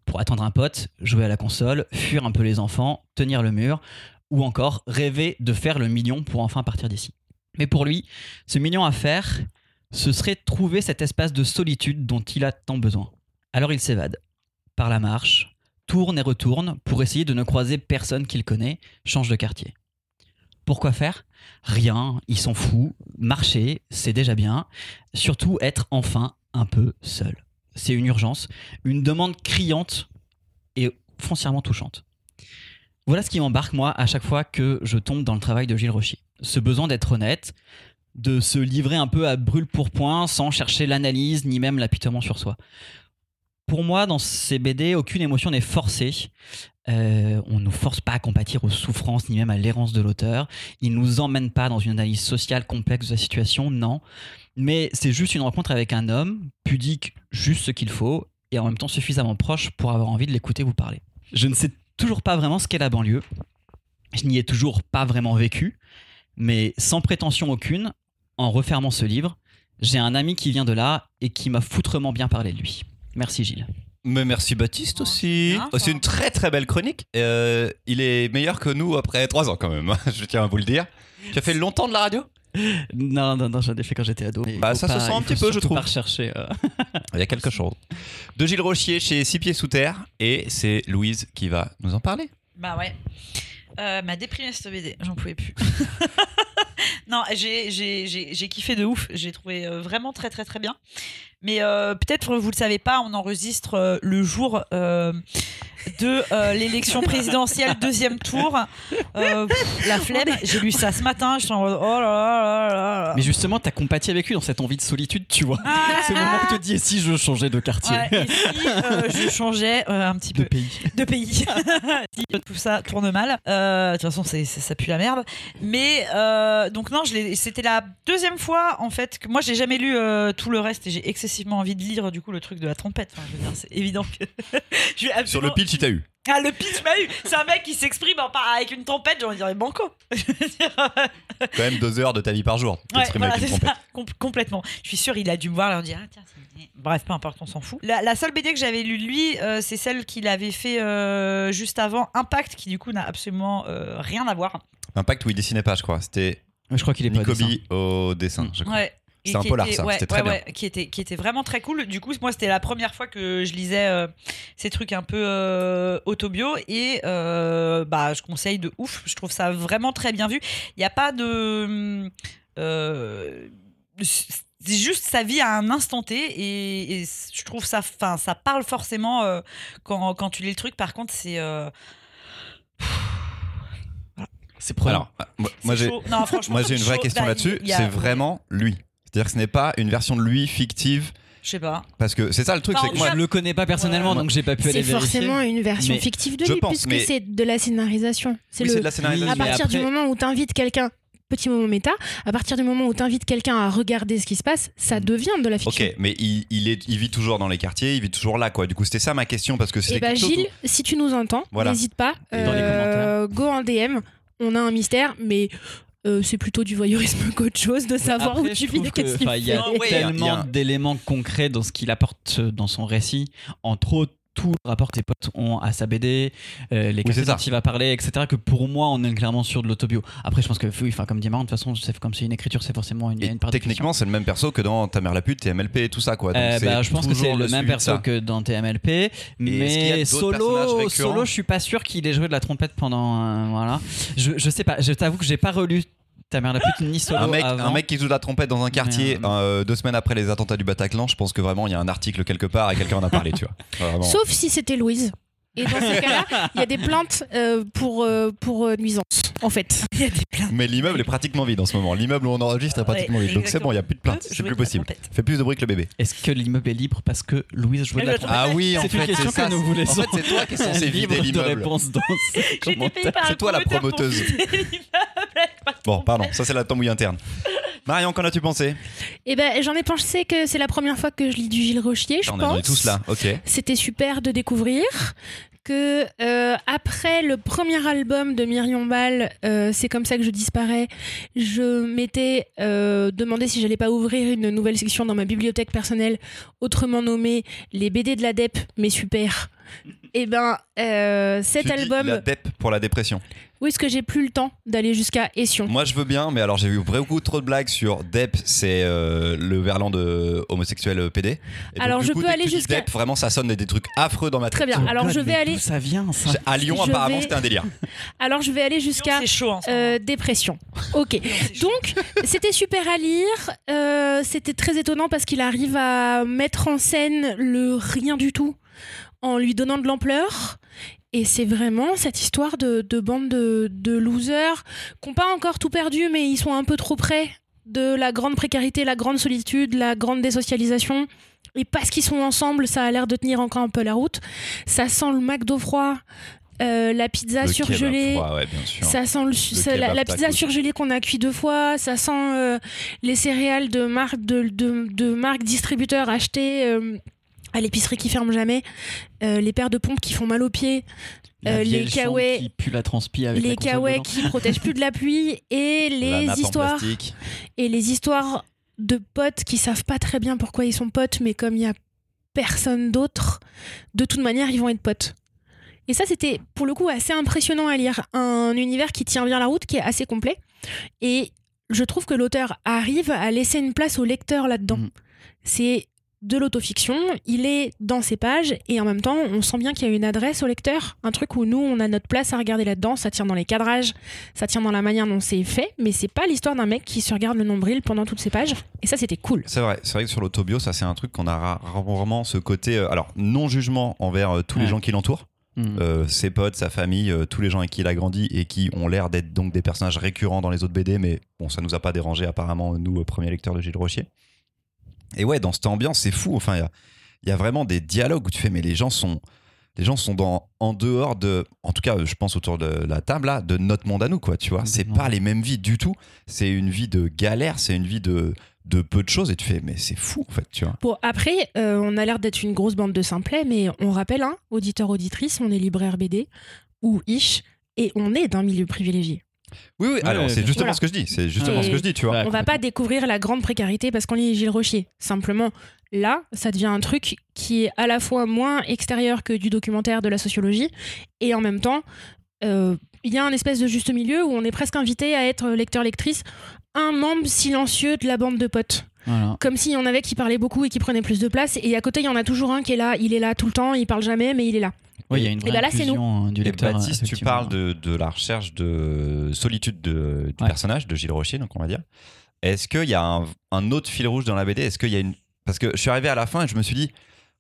pour attendre un pote, jouer à la console, fuir un peu les enfants, tenir le mur, ou encore rêver de faire le million pour enfin partir d'ici. Mais pour lui, ce million à faire, ce serait trouver cet espace de solitude dont il a tant besoin. Alors il s'évade, par la marche, tourne et retourne pour essayer de ne croiser personne qu'il connaît, change de quartier. Pourquoi faire Rien, il s'en fout. Marcher, c'est déjà bien. Surtout être enfin un peu seul. C'est une urgence, une demande criante et foncièrement touchante. Voilà ce qui m'embarque moi à chaque fois que je tombe dans le travail de Gilles Rocher. Ce besoin d'être honnête, de se livrer un peu à brûle pour point sans chercher l'analyse ni même l'apitement sur soi. Pour moi, dans ces BD, aucune émotion n'est forcée. Euh, on ne nous force pas à compatir aux souffrances ni même à l'errance de l'auteur. Il nous emmène pas dans une analyse sociale complexe de la situation, non. Mais c'est juste une rencontre avec un homme, pudique, juste ce qu'il faut, et en même temps suffisamment proche pour avoir envie de l'écouter vous parler. Je ne sais toujours pas vraiment ce qu'est la banlieue. Je n'y ai toujours pas vraiment vécu, mais sans prétention aucune, en refermant ce livre, j'ai un ami qui vient de là et qui m'a foutrement bien parlé de lui. Merci Gilles. Mais merci Baptiste Non, aussi. c'est bien, Oh, ça. C'est une très très belle chronique. Euh, il est meilleur que nous après 3 ans quand même, hein. je tiens à vous le dire. Tu as fait longtemps de la radio Non, non, non, j'en ai fait quand j'étais ado. Bah, ça se sent un petit peu, je trouve. Pas rechercher. euh. Il y a quelque chose. De Gilles Rochier chez Six Pieds Sous Terre et c'est Louise qui va nous en parler. Bah ouais. Euh, m'a déprimé cette BD, j'en pouvais plus. non, j'ai- j'ai j'ai- j'ai kiffé de ouf, j'ai trouvé euh, vraiment très très très bien. Mais euh, peut-être vous le savez pas, on enregistre euh, le jour euh, de euh, l'élection présidentielle deuxième tour. Euh, pff, la flemme, j'ai lu ça ce matin, je suis en mode, oh là là là là là. Mais justement, t'as compati avec lui dans cette envie de solitude, tu vois. Ah. C'est le moment que tu te dis, et si je changeais de quartier Ouais, et si, euh, je changeais euh, un petit De peu pays. de pays. Si tout ça tourne mal. Euh, de toute façon, c'est, c'est- ça pue la merde. Mais euh, donc non, je l'ai- c'était la deuxième fois en fait que moi j'ai jamais lu euh, tout le reste et j'ai excessivement envie de lire du coup le truc de la trompette. Enfin, je veux dire, c'est évident que je vais Sur le absolument- pitch, il t'a eu. Ah le pitch m'a eu. C'est un mec qui s'exprime en par- avec une trompette. J'ai envie de dire banco. Je veux dire, euh, Quand même 2 heures de ta vie par jour. Ouais, t'exprimer voilà, avec une c'est trompette. ça, com- complètement. Je suis sûre, il a dû me voir là, on dit ah, tiens, c'est- bref, peu importe, on s'en fout. La, la seule BD que j'avais lue de lui, euh, c'est celle qu'il avait fait euh, juste avant Impact, qui du coup n'a absolument euh, rien à voir. Impact où il dessinait pas, je crois. C'était Je crois qu'il est pas dessin. Nicobi au dessin, je crois. Ouais. C'était Et un qui polar, était- ça, ouais, c'était très ouais, ouais, qui était qui était vraiment très cool. Du coup, moi, c'était la première fois que je lisais euh, ces trucs un peu euh, autobio et euh, bah je conseille de ouf. Je trouve ça vraiment très bien vu. Il n'y a pas de euh, c'est juste sa vie à un instant T et, et je trouve ça, enfin, ça parle forcément euh, quand, quand tu lis le truc. Par contre, c'est euh, C'est prenant. Alors, euh, moi- moi c'est j'ai chaud. Non, franchement, moi, j'ai une c'est vraie chaud. question Bah, là-dessus. il y a- C'est vraiment lui. C'est-à-dire que ce n'est pas une version de lui fictive. Je sais pas. Parce que c'est ça le truc, Bah, c'est en que tout moi, je le connais pas personnellement, Ouais. donc j'ai pas pu aller C'est vérifier. forcément une version Mais- fictive de Je lui, pense, puisque mais- c'est de la scénarisation. C'est oui, le- c'est de la scénarisation. à Ah, Mais partir du après- moment où tu invites quelqu'un, petit moment méta, à partir du moment où tu invites quelqu'un à regarder ce qui se passe, ça devient de la fiction. Ok, mais il, il est, il vit toujours dans les quartiers, il vit toujours là, quoi. Du coup, c'était ça ma question, parce que Eh Et bah ben, c'était quelque chose Gilles, si tu nous entends, Voilà. n'hésite pas, Et dans les euh, go en DM, on a un mystère, mais euh, c'est plutôt du voyeurisme qu'autre chose de savoir Après, où je tu trouve vis, que, qu'est-ce que tu enfin, Il y a Ah ouais, il y a- tellement d'éléments concrets dans ce qu'il apporte euh, dans son récit. Entre autres, tout le rapport que ses potes ont à sa BD, euh, les c'est cassettes ça. dont il va parler, etc. Que pour moi, on est clairement sur de l'autobio. Après, je pense que, oui, enfin, comme dit Marron, de toute façon, c'est- comme c'est une écriture, c'est forcément une, Et une part de fiction. techniquement, c'est le même perso que dans Ta mère la pute et MLP et tout ça, quoi. Donc, Euh, c'est bah, je pense que toujours c'est le même suivi de perso ça. que dans TMLP, est-ce qu'il y a mais d'autres personnages solo, récurrents solo, je suis pas sûr qu'il ait joué de la trompette pendant. euh, voilà, je, je sais pas. Je t'avoue que j'ai pas relu ta mère la pute ni solo. Un mec, avant. un mec qui joue de la trompette dans un quartier Mais, euh, euh, deux semaines après les attentats du Bataclan, je pense que vraiment il y a un article quelque part et quelqu'un en a parlé, tu vois. Vraiment. Sauf si c'était Louise. Et dans ces cas-là, il y a des plaintes euh, pour, euh, pour euh, nuisance, en fait. Il y a des plaintes. Mais l'immeuble est pratiquement vide en ce moment. L'immeuble où on enregistre est pratiquement Ouais, vide. Donc c'est bon, il n'y a plus de plainte. Jouer C'est de plus la possible. trompette. Fait plus de bruit que le bébé. Est-ce que l'immeuble est libre parce que Louise jouait de la Elle joue trompette Ah Ah oui, oui, en C'est une fait, question c'est ça. que nous vous En laissons. fait, Ah, c'est toi qui est censé vider Libre de l'immeuble. réponse dans ces J'ai été commentaires. payée par C'est un toi la promoteur pour promoteuse. visiter l'immeuble avec ma Bon, trompette. pardon, ça c'est la tambouille interne. Marion, qu'en as-tu pensé Et ben, j'en ai pensé que c'est la première fois que je lis du Gilles Rochier, je Ah, On est- pense. on est tous là, ok. C'était super de découvrir que euh, après le premier album de Myrion Ball, euh, c'est comme ça que je disparais. Je m'étais euh, demandé si j'allais pas ouvrir une nouvelle section dans ma bibliothèque personnelle, autrement nommée les BD de la DEP, mais super. Et ben, euh, cet Tu dis album, La DEP pour la dépression. oui, ce que j'ai plus le temps d'aller jusqu'à Ession. Moi je veux bien, mais alors j'ai vu beaucoup trop de blagues sur DEP, c'est euh, le verlan de homosexuel euh, PD. Et donc, Alors, du je coup, peux dès que aller tu dis jusqu'à- DEP, vraiment ça sonne des- des trucs affreux dans ma tête. Très bien. Alors je vais aller, Ça vient, ça. À Lyon, Je apparemment, vais- c'était un délire. alors je vais aller jusqu'à C'est chaud en ce moment. euh, dépression. Ok. C'est chaud. Donc, c'était super à lire. euh, c'était très étonnant parce qu'il arrive à mettre en scène le rien du tout en lui donnant de l'ampleur. Et c'est vraiment cette histoire de, de bande de, de losers qui n'ont pas encore tout perdu, mais ils sont un peu trop près de la grande précarité, la grande solitude, la grande désocialisation. Et parce qu'ils sont ensemble, ça a l'air de tenir encore un peu la route. Ça sent le McDo froid, euh, la pizza Le kebab surgelée. froid, hein ouais, bien sûr. Ça sent le, ça- la, kebab la pizza tacos. surgelée qu'on a cuit deux fois, ça sent euh, les céréales de marque de, de, de marque distributeur achetées euh, à l'épicerie qui ferme jamais, euh, les paires de pompes qui font mal aux pieds, La euh, vieille les chambre kawaii- qui pue la transpi avec la les console kawaii dedans. qui protègent plus de la pluie et La les nappe en histoires plastique. et les histoires de potes qui savent pas très bien pourquoi ils sont potes, mais comme il y a personne d'autre, de toute manière, ils vont être potes. Et ça, c'était pour le coup assez impressionnant à lire. Un univers qui tient bien la route, qui est assez complet. Et je trouve que l'auteur arrive à laisser une place au lecteur là-dedans. Mhm. C'est de l'autofiction, il est dans ses pages et en même temps, on sent bien qu'il y a une adresse au lecteur, un truc où nous, on a notre place à regarder là-dedans, ça tient dans les cadrages, ça tient dans la manière dont c'est fait, mais c'est pas l'histoire d'un mec qui se regarde le nombril pendant toutes ses pages. Et ça, c'était cool. C'est vrai, c'est vrai que sur l'autobio, ça c'est un truc qu'on a ra- rarement ce côté, euh, alors non jugement envers euh, tous les Ouais. gens qui l'entourent, Hmm. euh, ses potes, sa famille, euh, tous les gens avec qui il a grandi et qui ont l'air d'être donc des personnages récurrents dans les autres BD, mais bon, ça nous a pas dérangé apparemment, nous, euh, premiers lecteurs de Gilles Rochier. Et ouais, dans cette ambiance, c'est fou. Enfin, il y a- il y, a vraiment des dialogues où tu fais, mais les gens sont, les gens sont dans, en dehors de, en tout cas, euh, je pense autour de la table là, de notre monde à nous, quoi. Tu vois, c'est Complètement. pas les mêmes vies du tout. C'est une vie de galère, c'est une vie de, de peu de choses. Et tu fais, mais c'est fou, en fait, tu vois. Bon, après, euh, on a l'air d'être une grosse bande de simplets, mais on rappelle, hein, auditeur, auditrice, on est libraire BD ou ish, et on est d'un milieu privilégié. Oui, oui. alors, ouais, c'est bien justement sûr. ce que je dis. C'est justement Et- ce que je dis, tu vois. Ouais. On va pas découvrir la grande précarité parce qu'on lit Gilles Rochier. Simplement, là, ça devient un truc qui est à la fois moins extérieur que du documentaire de la sociologie, et en même temps, euh, il y a un espèce de juste milieu où on est presque invité à être lecteur-lectrice, un membre silencieux de la bande de potes. Voilà. Comme s'il y en avait qui parlaient beaucoup et qui prenaient plus de place, et à côté, il y en a toujours un qui est là, il est là tout le temps, il parle jamais, mais il est là. Ouais, il y a une Et vraie bah là, c'est nous. inclusion, euh, du Et lecteur. Baptiste, tu effectivement. parles de, de la recherche de solitude de- du Ouais. personnage, de Gilles Rocher, donc on va dire. Est-ce qu'il y a un, un autre fil rouge dans la BD Est-ce qu'il y a une. Parce que je suis arrivé à la fin et je me suis dit,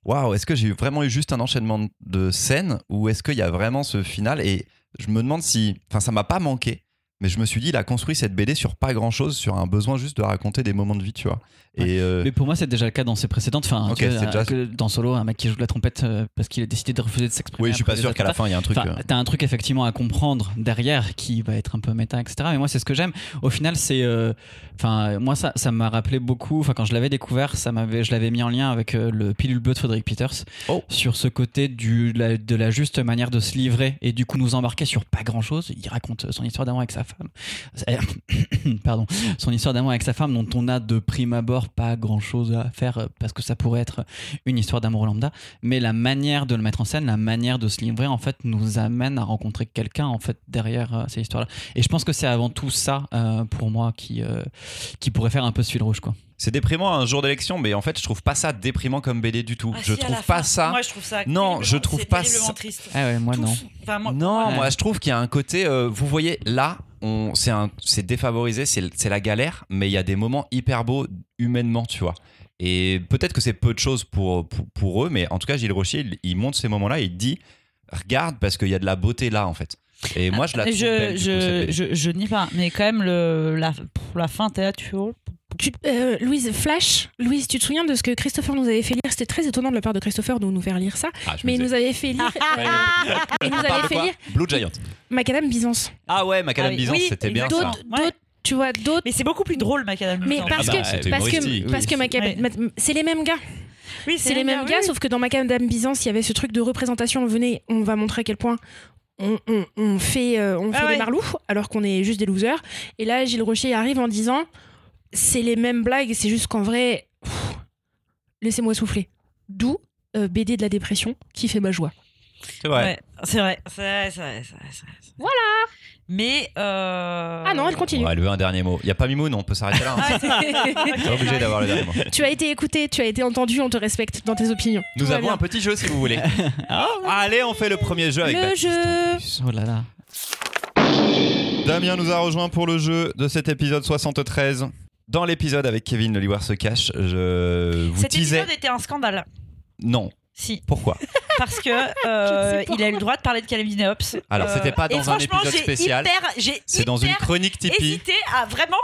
waouh, est-ce que j'ai vraiment eu juste un enchaînement de- de scènes ou est-ce qu'il y a vraiment ce final Et je me demande si. Enfin, ça m'a pas manqué. Mais je me suis dit, il a construit cette BD sur pas grand chose, sur un besoin juste de raconter des moments de vie, tu vois. Et euh, Mais pour moi, c'est déjà le cas dans ses précédentes. Enfin, Ok, tu vois, c'est déjà- que dans Solo, un mec qui joue de la trompette euh, parce qu'il a décidé de refuser de s'exprimer. oui, je suis après pas les sûr qu'à la attentats. fin, il y a un truc. Enfin, euh, t'as un truc effectivement à comprendre derrière qui va être un peu méta, etc. Mais moi, c'est ce que j'aime. Au final, c'est. euh, Enfin, moi, ça ça m'a rappelé beaucoup. Enfin, quand je l'avais découvert, ça m'avait, je l'avais mis en lien avec euh, le pilule bleu de Frédéric Peters. Oh. Sur ce côté du, la- de la juste manière de se livrer et du coup nous embarquer sur pas grand chose. Il raconte euh, son histoire d'amour avec sa femme. C'est- Pardon. Son histoire d'amour avec sa femme, dont on a de prime abord pas grand chose à faire euh, parce que ça pourrait être une histoire d'amour lambda, mais la manière de le mettre en scène, la manière de se livrer, en fait, nous amène à rencontrer quelqu'un en fait derrière euh, ces histoires-là. Et je pense que c'est avant tout ça euh, pour moi qui euh, qui pourrait faire un peu ce fil rouge quoi. C'est déprimant un jour d'élection, mais en fait, je trouve pas ça déprimant comme BD du tout. Ah, je si, à trouve la pas fin, ça. Moi, je trouve ça. Non, je terriblement- trouve c'est pas terriblement ça- Eh, triste. Ah ouais, moi Tous- non. enfin, moi- Non, Ouais. moi je trouve qu'il y a un côté, euh, vous voyez, là, on, c'est, un, c'est défavorisé, c'est, c'est la galère, mais il y a des moments hyper beaux humainement, tu vois. Et peut-être que c'est peu de choses pour, pour, pour eux, mais en tout cas, Gilles Rocher, il, il montre ces moments-là, et il dit, regarde parce qu'il y a de la beauté là en fait. Et moi je la trouve je, belle, du coup, cette je, BD. je, je nie pas, mais quand même, le, la, pour la fin, t'es là, tu oh. vois. Tu- euh, Louise, Flash, Louise, tu te souviens de ce que Christopher nous avait fait lire C'était très étonnant de la part de Christopher de nous faire lire ça, Ah, je me mais il disais. nous avait fait lire, euh, il nous On parle avait de fait quoi lire Blue Giant. Macadam Byzance. Ah ouais, Ah Macadam oui. Byzance, Oui, c'était bien ça. D'autres, d'autres, tu vois, d'autres. Mais c'est beaucoup plus drôle, Macadam. Mais Byzance. parce Ah bah, que, c'était parce humoristique, que, parce que oui. Macadam- Ma- c'est les mêmes gars. Oui, C'est les mêmes oui, gars, oui. sauf que dans Macadam Byzance, il y avait ce truc de représentation. On venait, on va montrer à quel point on, on- on fait, euh, on Ah fait ouais. des marlous, alors qu'on est juste des losers. Et là, Gilles Rocher arrive en disant c'est les mêmes blagues, c'est juste qu'en vrai, pff, laissez-moi souffler. D'où euh, BD de la dépression qui fait ma joie. C'est vrai. Ouais, c'est vrai, c'est vrai, c'est vrai, c'est vrai, c'est vrai. Voilà. Mais. euh, Ah non, elle continue. Bon, elle veut un dernier mot. Il n'y a pas Mimoun, on peut s'arrêter là. hein. Ah, c'est- Pas obligé d'avoir le dernier mot. Tu as été écouté, tu as été entendu, on te respecte dans tes opinions. Tout Nous va avons bien. un petit jeu si vous voulez. Ah, Allez, on fait le premier jeu avec le Baptiste. hein. jeu. Oh là là. Damien nous a rejoint pour le jeu de cet épisode 73. Dans l'épisode avec Kevin Le Liouard se cache, je vous Cet disais. épisode était un scandale. Non, Si, pourquoi parce que euh, sais pas. il a eu le droit de parler de Calamity Ops. Alors, c'était pas et dans un franchement, épisode j'ai spécial. hyper- J'ai C'est dans une hyper chronique Tipeee. hésité à vraiment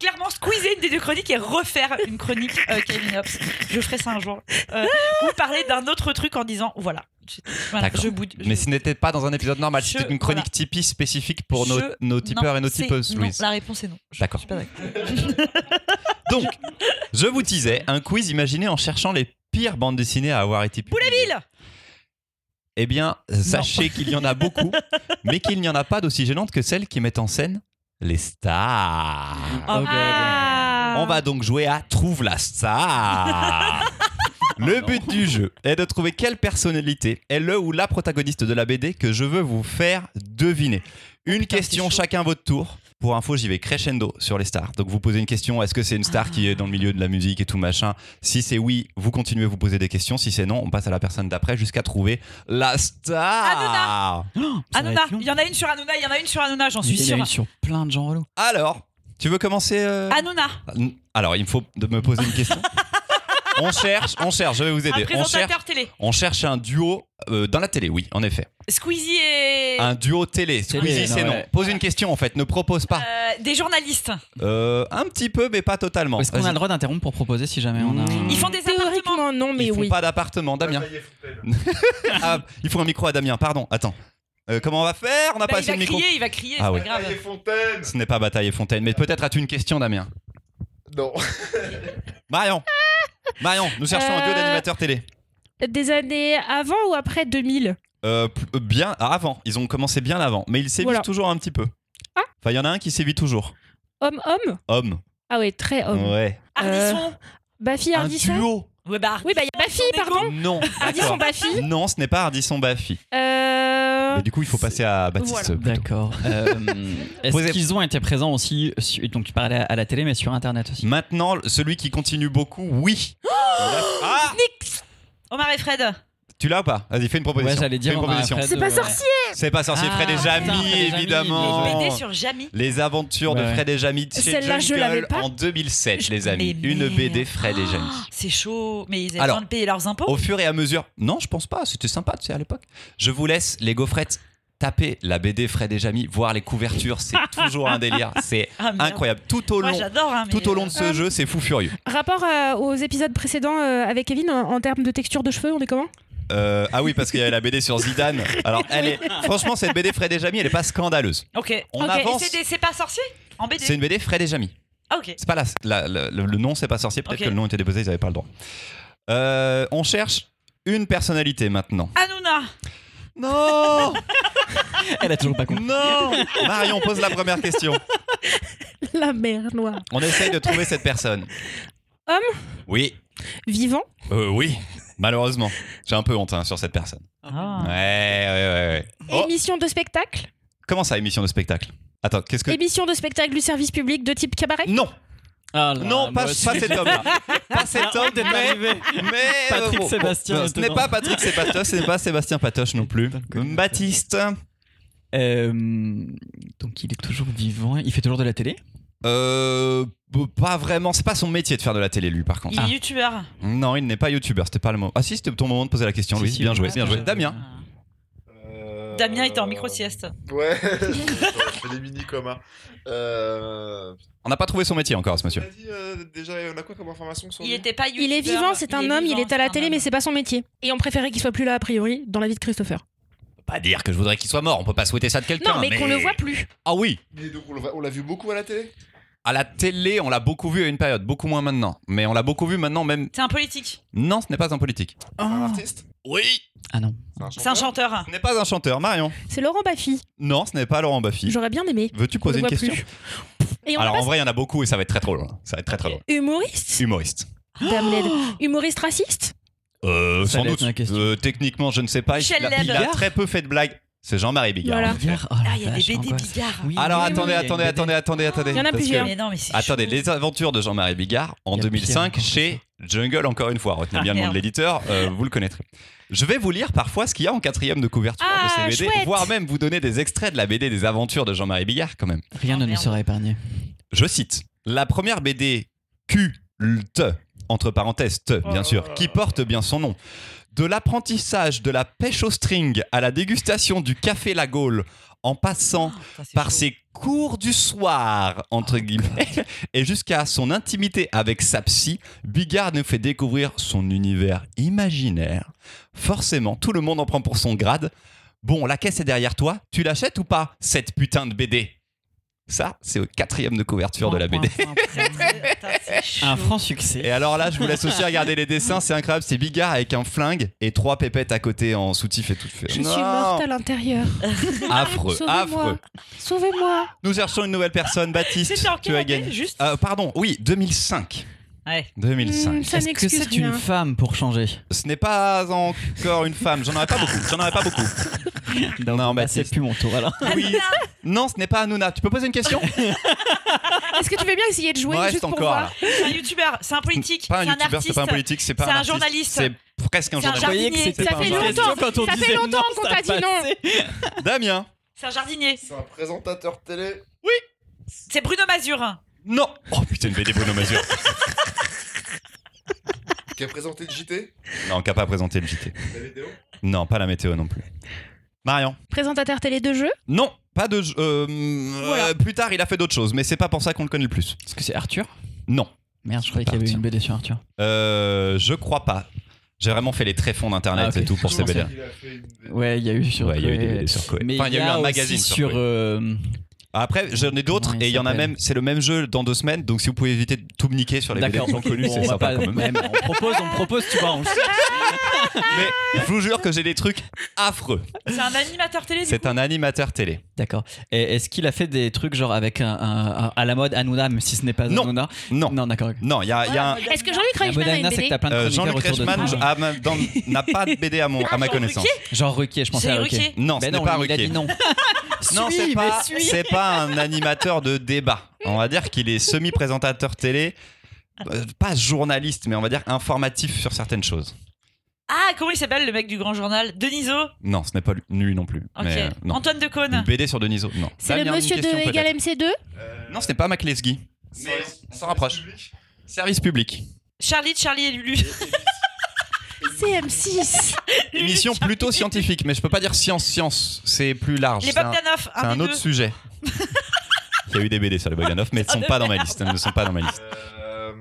clairement squeezer une des deux chroniques et refaire une chronique euh, Kevin Hobbs. Je ferai ça un jour. Euh, ou parler d'un autre truc en disant voilà, je, voilà, D'accord. je boude. je- Mais ce n'était pas dans un épisode normal, Je- c'était une chronique voilà. Tipeee spécifique pour nos, Je- nos tipeurs Non, et nos c'est- tipeuses, non, Louise. La réponse est non. Je- D'accord. je suis pas d'accord. Donc, je vous disais, un quiz imaginé en cherchant les pires bandes dessinées à avoir été publiées. Bouleville Eh bien, sachez qu'il y en a beaucoup, mais qu'il n'y en a pas d'aussi gênantes que celles qui mettent en scène les stars. Oh, God. Ah, Ah. On va donc jouer à Trouve la star. Le non. but du jeu est de trouver quelle personnalité est le ou la protagoniste de la BD que je veux vous faire deviner. Une putain, question c'est chaud. chacun votre tour. Pour info, j'y vais crescendo sur les stars. Donc vous posez une question, est-ce que c'est une star qui est dans le milieu de la musique et tout machin Si c'est oui, vous continuez, vous posez des questions. Si c'est non, on passe à la personne d'après jusqu'à trouver la star. Ça va Hanouna, être long. il y en a une sur Hanouna, il y en a une sur Hanouna, j'en suis Il y en a sûre. eu sur plein de gens relous. Alors, tu veux commencer euh, Hanouna, Alors, il me faut de me poser une question. on cherche, on cherche, je vais vous un aider. On cherche, présentateur télé. on cherche un duo euh, dans la télé, oui, en effet. Squeezie et Un duo télé. Télé, Squeezie, c'est non, non. ouais. Pose une question, en fait. Ne propose pas. euh, des journalistes. Euh, un petit peu, mais pas totalement. Est-ce qu'on Vas-y. a le droit d'interrompre pour proposer si jamais on a. Mmh. Ils font des appartements. Théoriquement, non, mais Ils font oui. pas d'appartement, Damien. Ah, il faut un micro à Damien, pardon. Attends. Euh, comment on va faire On n'a Bah, pas il assez va de micro. crier, il va crier, Ah c'est ouais. pas grave. Ce n'est pas Bataille et Fontaine, mais peut-être as-tu une question, Damien Non. Marion Marion, nous cherchons un duo Euh, d'animateurs télé. Des années avant ou après 2000 Euh, p- euh, bien ah, avant. Ils ont commencé bien avant, mais ils sévissent Voilà. toujours un petit peu. Ah. Enfin, il y en a un qui sévit toujours. Homme-homme Homme. Ah ouais, très homme. Ouais. Ardisson. Bafi un Ardisson duo. Ouais, bah, Oui, bah il y a Bafi, son égo. pardon. Non. Ardisson d'accord. Bafi. Non, ce n'est pas Ardisson Baffy. Euh... Mais Bah, du coup, il faut passer à Baptiste. Voilà. plutôt. D'accord. Euh, Est-ce Posez- qu'ils ont été présents aussi sur- Donc tu parlais à la télé, mais sur Internet Mmh, aussi. Maintenant, celui qui continue beaucoup, oui. Ah Omar et Fred. tu l'as ou pas Vas-y, fais une Ouais, proposition. j'allais Fais dire. une on a proposition. Fred, C'est pas euh, sorcier. C'est pas sorcier. Ah, Fred et putain, Jamie, Fred et Jamie, évidemment. bien BD sur Jamie. Les aventures Ouais, de ouais. Fred et Jamie chez Celle-là, je l'avais Jungle pas. en 2007, Je- les amis. Mais Une merde. BD Fred et Oh. Jamie. C'est chaud, mais ils avaient Alors, oh, besoin de payer leurs impôts. Au fur et à mesure. Non, je pense pas. C'était sympa, tu sais, à l'époque. Je vous laisse, les gaufrettes, taper la BD Fred et Jamie, voir les couvertures. C'est toujours un délire. C'est Ah, merde. incroyable. Tout au Moi long. j'adore. hein, mais, Tout au long de euh, ce jeu, c'est fou furieux. Rapport euh, aux épisodes précédents euh, avec Kevin en, en termes de texture de cheveux, on est comment Euh, ah oui, parce qu'il y avait la BD sur Zidane. Alors, elle est, franchement, cette BD Fred et Jamie, elle est pas scandaleuse. euh, Ok. On Ok, et avance. Et c'est des- c'est pas sorcier En BD. C'est une BD Fred et Jamie. Ah ok. C'est pas la, la- la- le, le nom, c'est pas sorcier. Peut-être Ok. que le nom était déposé, ils avaient pas le droit. Euh, on cherche une personnalité maintenant. Hanouna. Non Elle a toujours pas compris. Non Marion, pose la première question. La mer noire. On essaye de trouver cette personne. Homme Oui. Vivant Euh, oui. Malheureusement. J'ai un peu honte hein, sur cette personne. Ah. Ouais, ouais, ouais. ouais. Oh, Émission de spectacle comment ça, émission de spectacle Attends, qu'est-ce que. Émission de spectacle du service public de type cabaret Non Ah là, Non, moi pas, aussi, pas j'ai- cet homme-là. Pas cet homme, mais. mais- Patrick Sébastien, non, Eh, ce n'est maintenant. pas Patrick Sébastien, ce n'est pas Sébastien Patoche non plus. D'accord. Baptiste. Euh, donc il est toujours vivant. Il fait toujours de la télé. Euh. Pas vraiment, c'est pas son métier de faire de la télé, lui, par contre. Ah. Il est youtubeur. Non, il n'est pas youtubeur, c'était pas le mot. Ah si, c'était ton moment de poser la question, Si, Louis. si, bien oui. joué, bien Ah, joué. je- Damien. Damien était en micro-sieste. Ouais, je fais des mini-comas. Euh... On n'a pas trouvé son métier encore, ce Tu monsieur. m'as dit euh, déjà, on a quoi comme information sur Il lui était pas Euh, Il est youtubeur, vivant, c'est un est homme, il vivant, est à la c'est un télé, homme. mais c'est pas son métier. Et on préférait qu'il soit plus là, a priori, dans la vie de Christopher. Pas dire que je voudrais qu'il soit mort, on peut pas souhaiter ça de quelqu'un. Non, mais, qu'on le voit plus. Ah oui, Mais donc, on l'a- on l'a vu beaucoup à la télé à la télé, on l'a beaucoup vu à une période, beaucoup moins maintenant. Mais on l'a beaucoup vu maintenant, même. C'est un politique. Non, ce n'est pas un politique. Oh. C'est un artiste Oui Ah non. C'est un chanteur. Ah, Ce n'est pas un chanteur, Marion. C'est Laurent Baffy. Non, ce n'est pas Laurent Baffy. J'aurais bien aimé. Veux-tu qu'on poser le voit une question plus. Et on Alors en passe vrai, il y en a beaucoup et ça va être très trop long. Ça va être très très long. humoriste Humoriste. Dame Led. Oh Humoriste raciste Euh, Ça sans allait doute. être ma question. Euh, techniquement, je ne sais pas. Il, Michel il a, il a Leb. très peu fait de blagues. C'est Jean-Marie Bigard. Voilà. en effet. Bigard, oh la Ah, il y a des vache, BD angoisse. Bigard. Oui, Alors oui, attendez, attendez, oui, il y a une attendez, BD. attendez, attendez. Il y en a parce que- plusieurs. Mais non, mais c'est Attendez, chaud. les aventures de Jean-Marie Bigard en Il y a 2005 Pierre, chez Jungle, encore une fois. Retenez Ah, bien le nom de merde. l'éditeur, euh, vous le connaîtrez. Je vais vous lire parfois ce qu'il y a en quatrième de couverture Ah, de ces BD, chouette. voire même vous donner des extraits de la BD des aventures de Jean-Marie Bigard quand même. Rien Oh, ne nous merde. sera épargné. Je cite La première BD culte, entre parenthèses, te, bien sûr, qui porte bien son nom. De l'apprentissage de la pêche au string à la dégustation du café La Gaule, en passant Putain, c'est par chaud. ses cours du soir, Oh, entre guillemets, et jusqu'à son intimité avec sa psy, Bigard nous fait découvrir son univers imaginaire. Forcément, tout le monde en prend pour son grade. Bon, la caisse est derrière toi, tu l'achètes ou pas, cette putain de BD Ça, c'est au quatrième de couverture de la Point, BD. point, point, point. Putain, c'est chaud. Un franc succès. Et alors là, je vous laisse aussi regarder les dessins, c'est incroyable, c'est Bigard avec un flingue et trois pépettes à côté en soutif et tout. fait. Je suis Non. morte à l'intérieur. Affreux, Sauvez-moi. affreux. Sauvez-moi. Nous cherchons une nouvelle personne, Baptiste. C'était en Tu quelle as année, gagné. juste Euh, pardon, oui, 2005. Ouais. 2005. Hmm, ça Est-ce que n'excuse c'est rien. une femme pour changer Hmm. Ce n'est pas encore une femme. J'en aurais pas beaucoup. J'en aurais pas beaucoup. Non, Bah, c'est Baptiste. plus mon tour alors. Oui. Non, ce n'est pas Hanouna. Tu peux poser une question Est-ce que tu veux bien essayer de jouer Reste juste pour encore. voir là. C'est un youtubeur, c'est un politique, Pas un c'est un youtubeur, c'est artiste. pas un politique, c'est pas c'est un artiste, journaliste. C'est presque un C'est un journaliste. jardinier. Ça fait longtemps- ça fait longtemps qu'on t'a dit non. Damien C'est un jardinier. C'est un présentateur télé C'est Bruno Mazur. Non. Oh putain, une BD Bruno Mazur. qui a présenté le JT Non, qui n'a pas présenté le JT. La vidéo Non, pas la météo non plus. Marion Présentateur télé de jeu Non, pas de. euh, euh, Voilà. plus tard, il a fait d'autres choses, mais c'est pas pour ça qu'on le connaît le plus. Est-ce que c'est Arthur Non. Merde, je croyais qu'il y avait Arthur. une BD sur Arthur. Euh, je crois pas. J'ai vraiment fait les tréfonds d'internet Ah, ok. et tout pour ces Je BD. pense qu'il a fait une- Ouais, il y a eu sur. Ouais, il y a eu des Coé. BD sur Coé. Mais Enfin, il y a eu un aussi magazine sur sur. Coé. euh, Après, j'en ai d'autres Comment il et il y en a s'appelle même. C'est le même jeu dans deux semaines, donc si vous pouvez éviter de tout me niquer sur les BD D'accord, qui sont connus, bon, on c'est va sympa pas- quand même. Ouais, mais on propose, on propose, tu vois. on- Mais je vous jure que j'ai des trucs affreux. C'est un animateur télé. du C'est un animateur télé. D'accord. Et est-ce qu'il a fait des trucs genre avec un, un- un- à la mode Hanouna, même si ce n'est pas Non. Hanouna Non, Non, d'accord. ok. non, il y a, Ah, il y a un- Est-ce que Jean-Luc La mode Reichmann a une Hanouna, c'est que BD t'as plein de euh, chroniqueurs Jean-Luc autour de Reichmann toi. a- a- dans- n'a pas de BD à, mon, à ma Jean connaissance. Jean Ruquier, je pensais C'est à Ruquier. Ruquier. Non, Ben ce n'est non, pas il a Ruquier. dit non. Non, Suis, c'est mais pas, suis. c'est pas un animateur de débat. On va dire qu'il est semi-présentateur télé, euh, pas journaliste, mais on va dire informatif sur certaines choses. Ah, comment il s'appelle le mec du grand journal Deniso Non, ce n'est pas lui- lui non plus. Ok. Mais, euh, non. Antoine Une Decaune. BD sur Deniso, non. C'est le Damien, une monsieur question, de Égal peut-être. MC2 Euh, Non, ce n'est pas Maclesguy. Mais on s'en rapproche. Service public. Charlie, Charlie et Lulu. CM6 Émission plutôt scientifique, mais je peux pas dire science, science. C'est plus large. Les C'est un, Bogdanov, c'est un, un des autre deux. sujet. Il y a eu des BD sur les Bogdanov, mais elles sont pas dans ma liste. Elles ne sont pas dans ma liste. Euh,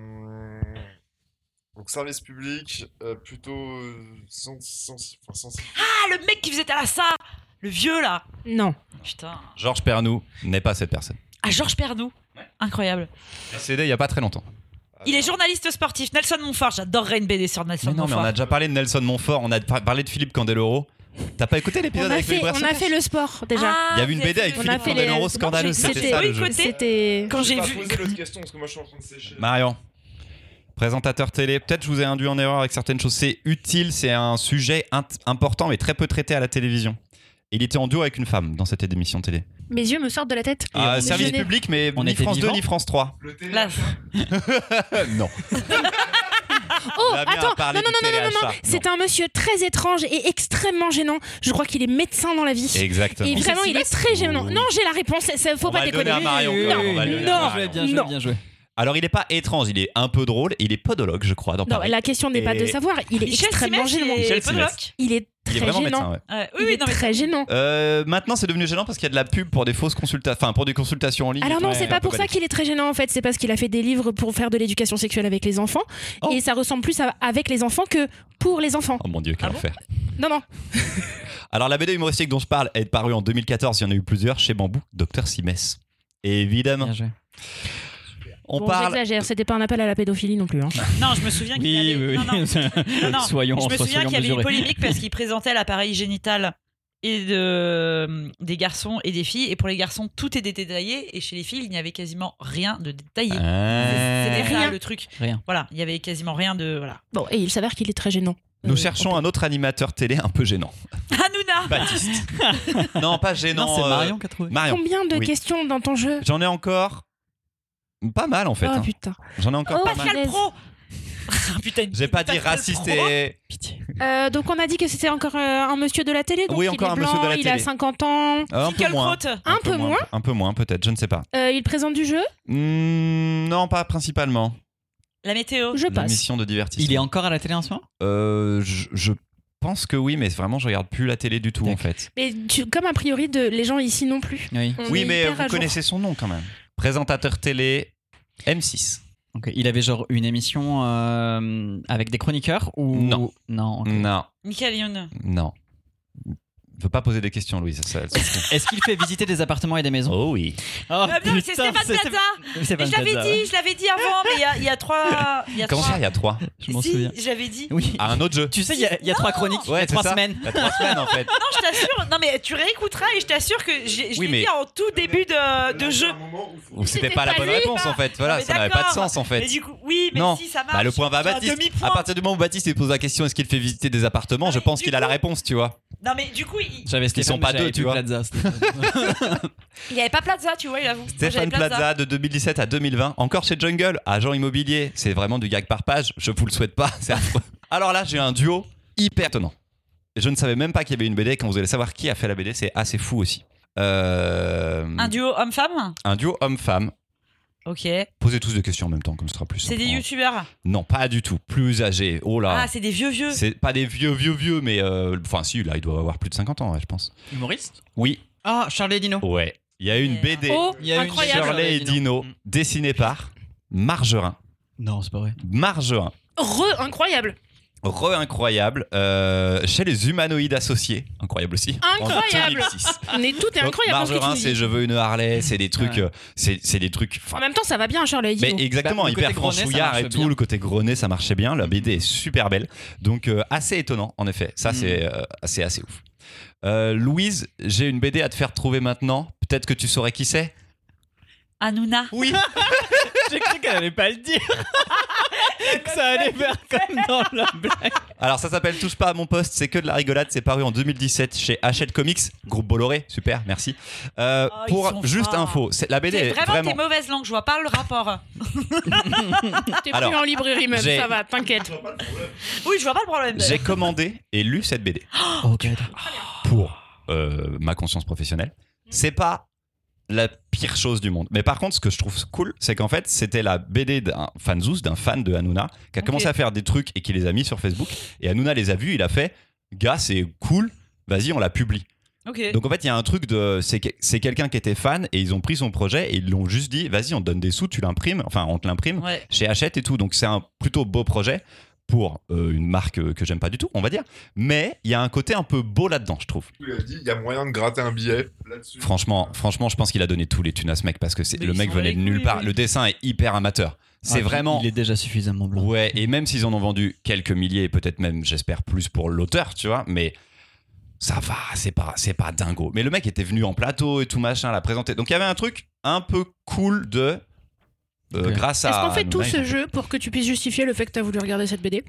Donc service public, euh, plutôt euh, sens- sens- enfin, sensible. Ah, le mec qui faisait à la SA. Le vieux là. Non. Putain. Georges Pernou n'est pas cette personne. Ah, Georges Pernou. Incroyable. Il est décédé il y a pas très longtemps. Ah, Il est journaliste sportif. Nelson Montfort. J'adorerais une BD sur Nelson Mais non, mais Montfort. on a déjà parlé de Nelson Montfort, on a par- parlé de Philippe Candeloro. T'as pas écouté On l'épisode a, avec fait, Philippe on a fait le sport déjà. Ah, Il y avait une c'est- BD avec c'est- on a Philippe fait Candeloro les- scandaleux, Non, c'était c'était- ça le jeu. boycotté. C'était. Quand j'ai pas vu. posé l'autre question parce que moi je suis en train de sécher. Marion, présentateur télé, peut-être je vous ai induit en erreur avec certaines choses. C'est utile, c'est un sujet int- important mais très peu traité à la télévision. Il était en duo avec une femme dans cette émission télé. Mes yeux me sortent de la tête. Ah, Mais service je n'ai- public, mais On ni était France 2 vivants ni France 3. Le télé. Là, non. Oh, Damien a attends, non, parlé non, du non, non, non, non, téléachat. c'est un monsieur très étrange et extrêmement gênant. Je crois qu'il est médecin dans la vie. Exactement. Et vraiment, il est très gênant. Non, j'ai la réponse, ça- ça- faut On pas va le donner déconner. à Marion. Oui, quand même, on va le oui, donner non, à Bien joué, Marion. bien joué, Non. bien joué. Alors, il n'est pas étrange, il est un peu drôle. Il est podologue, je crois, dans Non, Paris. la question n'est pas de Et- savoir. Il est extrêmement gênant. Michel Michel Simès. Il est Il très est vraiment gênant. médecin, ouais. Euh, oui, Il oui, est non, mais- très gênant. Euh, maintenant, c'est devenu gênant parce qu'il y a de la pub pour des fausses consultations, enfin pour des consultations en ligne. Alors non, Ouais, c'est un pas peu pour ça balèze. qu'il est très gênant en fait, c'est parce qu'il a fait des livres pour faire de l'éducation sexuelle avec les enfants Oh. et ça ressemble plus à avec les enfants que pour les enfants. Oh mon dieu, quel Ah bon enfer. Non non, Alors, la BD humoristique dont je parle est parue en 2014, il y en a eu plusieurs chez Bambou, Docteur Simès. Et évidemment, Bien joué. on Bon, parle. j'exagère, c'était pas un appel à la pédophilie non plus hein. Non, je me souviens qu'il y Oui, avait... oui, non, non. oui. Non, non. Soyons, Je me soyons souviens qu'il y avait une mesurés. polémique parce qu'il présentait l'appareil génital et de, euh, des garçons et des filles. Et pour les garçons, tout était détaillé. Et chez les filles, il n'y avait quasiment rien de détaillé. Ah. C'était ça Rien. le truc. Euh, Rien. Voilà, il y avait quasiment rien de. Voilà. Bon, et il s'avère qu'il est très gênant. Nous Euh, cherchons un autre animateur télé un peu gênant. Hanouna Baptiste. non, pas gênant. c'est euh, Marion qui a trouvé. Marion. Combien de Oui. questions dans ton jeu J'en ai encore pas mal en fait. Oh hein. putain. J'en ai encore Oh, pas mal. Pascal Punaise. Pro Ah, Putain, J'ai pas dit Pascal raciste Pro. et. Euh, donc on a dit que c'était encore euh, un monsieur de la télé. Donc Oui, il encore est un blanc, monsieur de la il a télé. 50 ans. Euh, un peu Quelle moins. crotte Un peu moins. Un peu moins, peut-être, je ne sais pas. Euh, il présente du jeu. Hmm, non, pas principalement. La météo. Je La passe. mission de divertissement. Il est encore à la télé en ce moment Euh, je, je pense que oui, mais vraiment, je regarde plus la télé du tout en fait. Mais tu- comme a priori de les gens ici non plus. Oui. On oui, est mais hyper euh, vous à jour. connaissez son nom quand même. Présentateur télé M6. Ok, Il avait genre une émission euh, avec des chroniqueurs ou Non. Non. ok. Non, Michael Youn. Oh, non. Je veux pas poser des questions, Louise. ça- ça- Est-ce qu'il fait visiter des appartements et des maisons oh oui. Oh, Ah, non, mais c'est putain, Stéphane c'est- Plaza c'est pas Mais Je l'avais Plaza, dit, je l'avais dit avant, mais il y a- il y, a trois. il Y a Comment trois... ça, il y a trois Je m'en Si, souviens. Ah. J'avais dit. Oui. À un autre jeu. Tu sais, il y a, il y a trois chroniques, il y Ouais, a c'est trois ça. semaines. Il y a trois semaines en fait. Non, je t'assure. Non, mais tu réécouteras et je t'assure que j'ai- je Oui, l'ai mais- dit en tout début de, de Là, jeu. c'est un moment où faut- Ou c'était C'était pas la pas bonne lui, réponse en fait. Voilà, mais ça n'avait pas de d'accord. sens en fait. Mais du coup, oui, mais Non. si ça marche. Bah, le point va à j'ai un Baptiste. demi-point. À partir du moment où Baptiste lui pose la question est-ce qu'il fait visiter des appartements, Non, je mais pense du qu'il a la coup- réponse, tu vois. Non, mais du coup, il J'avais Qui sont Stéphane, pas mais j'avais deux, tu plus vois. Plaza, Stéphane. il n'y avait pas Plaza, tu vois, il avoue. Moi, j'avais Stéphane Plaza de 2017 à 2020, encore chez Jungle, agent immobilier. C'est vraiment du gag par page, je vous le souhaite pas, c'est affreux. Alors là, j'ai un duo hyper étonnant. Je ne savais même pas qu'il y avait une BD, quand vous allez savoir qui a fait la BD, c'est assez fou aussi. Euh, Un duo homme-femme un duo homme-femme. Ok. C'est Posez tous des questions en même temps, comme ce sera plus. simple. des youtubeurs. Non, pas du tout. Plus âgés. Oh là. Ah, c'est des vieux vieux. c'est pas des vieux, vieux, vieux, mais. euh, Enfin, si, là, il doit avoir plus de 50 ans, ouais, je pense. Humoriste Oui, Ah, Charlie Dino. ouais. Il y a une Merde. BD. Oh, Il y a une incroyable. Charlotte. Shirley et Dino, Mm. dessinée par Margerin. Non, c'est pas vrai. Margerin. Re incroyable. Re-incroyable. euh, chez les humanoïdes associés. Incroyable aussi. en Incroyable. 2006. On est tout est Donc, incroyable. dans ce que tu Margerin, nous dis. c'est je veux une Harley, c'est des trucs. Ouais. euh, c'est c'est des trucs. enfin, En même temps, ça va bien, Charlie. Mais Hebdo. exactement, Bah, le hyper côté grenet, ça franchouillard et marche tout, bien. le côté grenet, ça marchait bien, la BD est super belle. Donc euh, assez étonnant, en effet, ça Mm. c'est euh, assez, assez ouf. Euh, Louise, j'ai une BD à te faire trouver maintenant, peut-être que tu saurais qui c'est Hanouna. Oui J'ai cru qu'elle allait pas le dire. que ça allait faire comme dans la blague. Alors ça s'appelle Touche pas à mon poste, c'est que de la rigolade, c'est paru en 2017 chez Hachette Comics, groupe Bolloré, super, merci. Euh, Oh, ils sont pour juste forts. info, c'est- la BD T'es est vraiment, vraiment... des mauvaises langues, je vois pas le rapport. T'es Alors, plus en librairie même, j'ai- ça va, t'inquiète. Je vois pas le problème. Oui, je vois pas le problème. J'ai commandé et lu cette BD. Ok. pour euh, ma conscience professionnelle. C'est pas la pire chose du monde. Mais par contre, ce que je trouve cool, c'est qu'en fait, c'était la BD d'un fanzous, d'un fan de Hanouna, qui a Ok. commencé à faire des trucs et qui les a mis sur Facebook. Et Hanouna les a vus, il a fait Gars, c'est cool, vas-y, on la publie. Ok. Donc en fait, il y a un truc de. C'est que- c'est quelqu'un qui était fan et ils ont pris son projet et ils l'ont juste dit Vas-y, on te donne des sous, tu l'imprimes, enfin, on te l'imprime Ouais. chez Hachette et tout. Donc c'est un plutôt beau projet pour euh, une marque euh, que j'aime pas du tout, on va dire. Mais il y a un côté un peu beau là-dedans, je trouve. Il a dit, il y a moyen de gratter un billet là-dessus. Franchement, franchement, je pense qu'il a donné tous les thunes à ce mec parce que c'est Mais le ils mec s'en venait de les nulle couilles, part. oui. Ah, Le dessin est hyper amateur. C'est vraiment. Il est déjà suffisamment blanc. Ouais, et même s'ils en ont vendu quelques milliers, et peut-être même, j'espère, plus pour l'auteur, tu vois, mais ça va, c'est pas, c'est pas dingo. Mais le mec était venu en plateau et tout machin, l'a présenté. Donc il y avait un truc un peu cool de. euh, Ok. Grâce à. Est-ce qu'on fait Hanouna, tout ils ce ont- jeu pour que tu puisses justifier le fait que t'as voulu regarder cette Ah, BD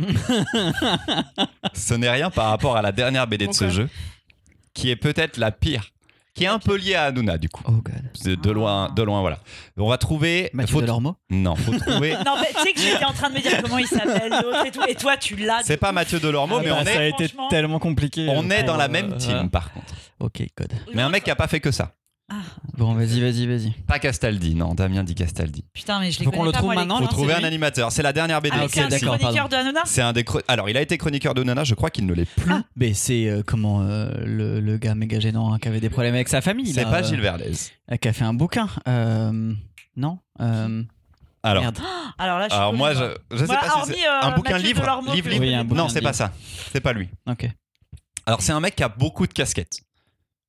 Ce n'est rien par rapport à la dernière BD de ce Ok. jeu, qui est peut-être la pire, qui est un peu liée à Hanouna, du coup. Oh god. De, de loin, Ah. de loin, voilà. On va trouver. Mathieu faut- Delormeau Non, faut trouver. Non, mais tu sais que j'étais en train de me dire comment il s'appelle l'autre et tout, et toi tu l'as. C'est pas Mathieu Delormeau, Ah Oh, mais bah, on ça est, a été franchement- tellement compliqué. on est euh, dans la pour, même euh, team, par contre. Ok, code. Mais un mec qui a pas fait que ça. Ah, Bon, vas-y, vas-y, vas-y. Pas Castaldi, non, Damien dit Castaldi. putain, mais je les Faut connais qu'on le pas, trouve moi, les maintenant, Faut là chroniques. trouver c'est un lui animateur, c'est la dernière BD. Ah, Ah, ok, c'est un d'accord, chroniqueur de Hanouna C'est un des chro- Alors, il a été chroniqueur de Nana, je crois qu'il ne l'est plus. Ah, mais c'est euh, comment euh, le, le gars méga gênant hein, qui avait des problèmes avec sa famille. C'est là, pas euh, Gilles Verdez. euh, Qui a fait un bouquin. euh, non euh, Alors, Merde. Alors là, je suis alors connue, moi, je, quoi. je sais Bah, Voilà, pas si hormis, c'est euh, un bouquin Mathieu livre, Delormeau, livre, que livre. je Oui, un connais bouquin Non, c'est livre. pas ça. C'est pas lui. Ok. Alors, c'est un mec qui a beaucoup de casquettes.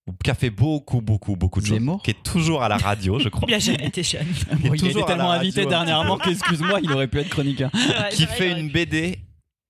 Ou Qui a fait beaucoup, beaucoup, beaucoup de choses. Zemmour Qui est toujours à la radio, je crois. Il a jamais été jeune. Bon, il a été toujours à la tellement radio, invité hein. dernièrement qu'excuse-moi, il aurait pu être chroniqueur. Bah, qui fait une BD.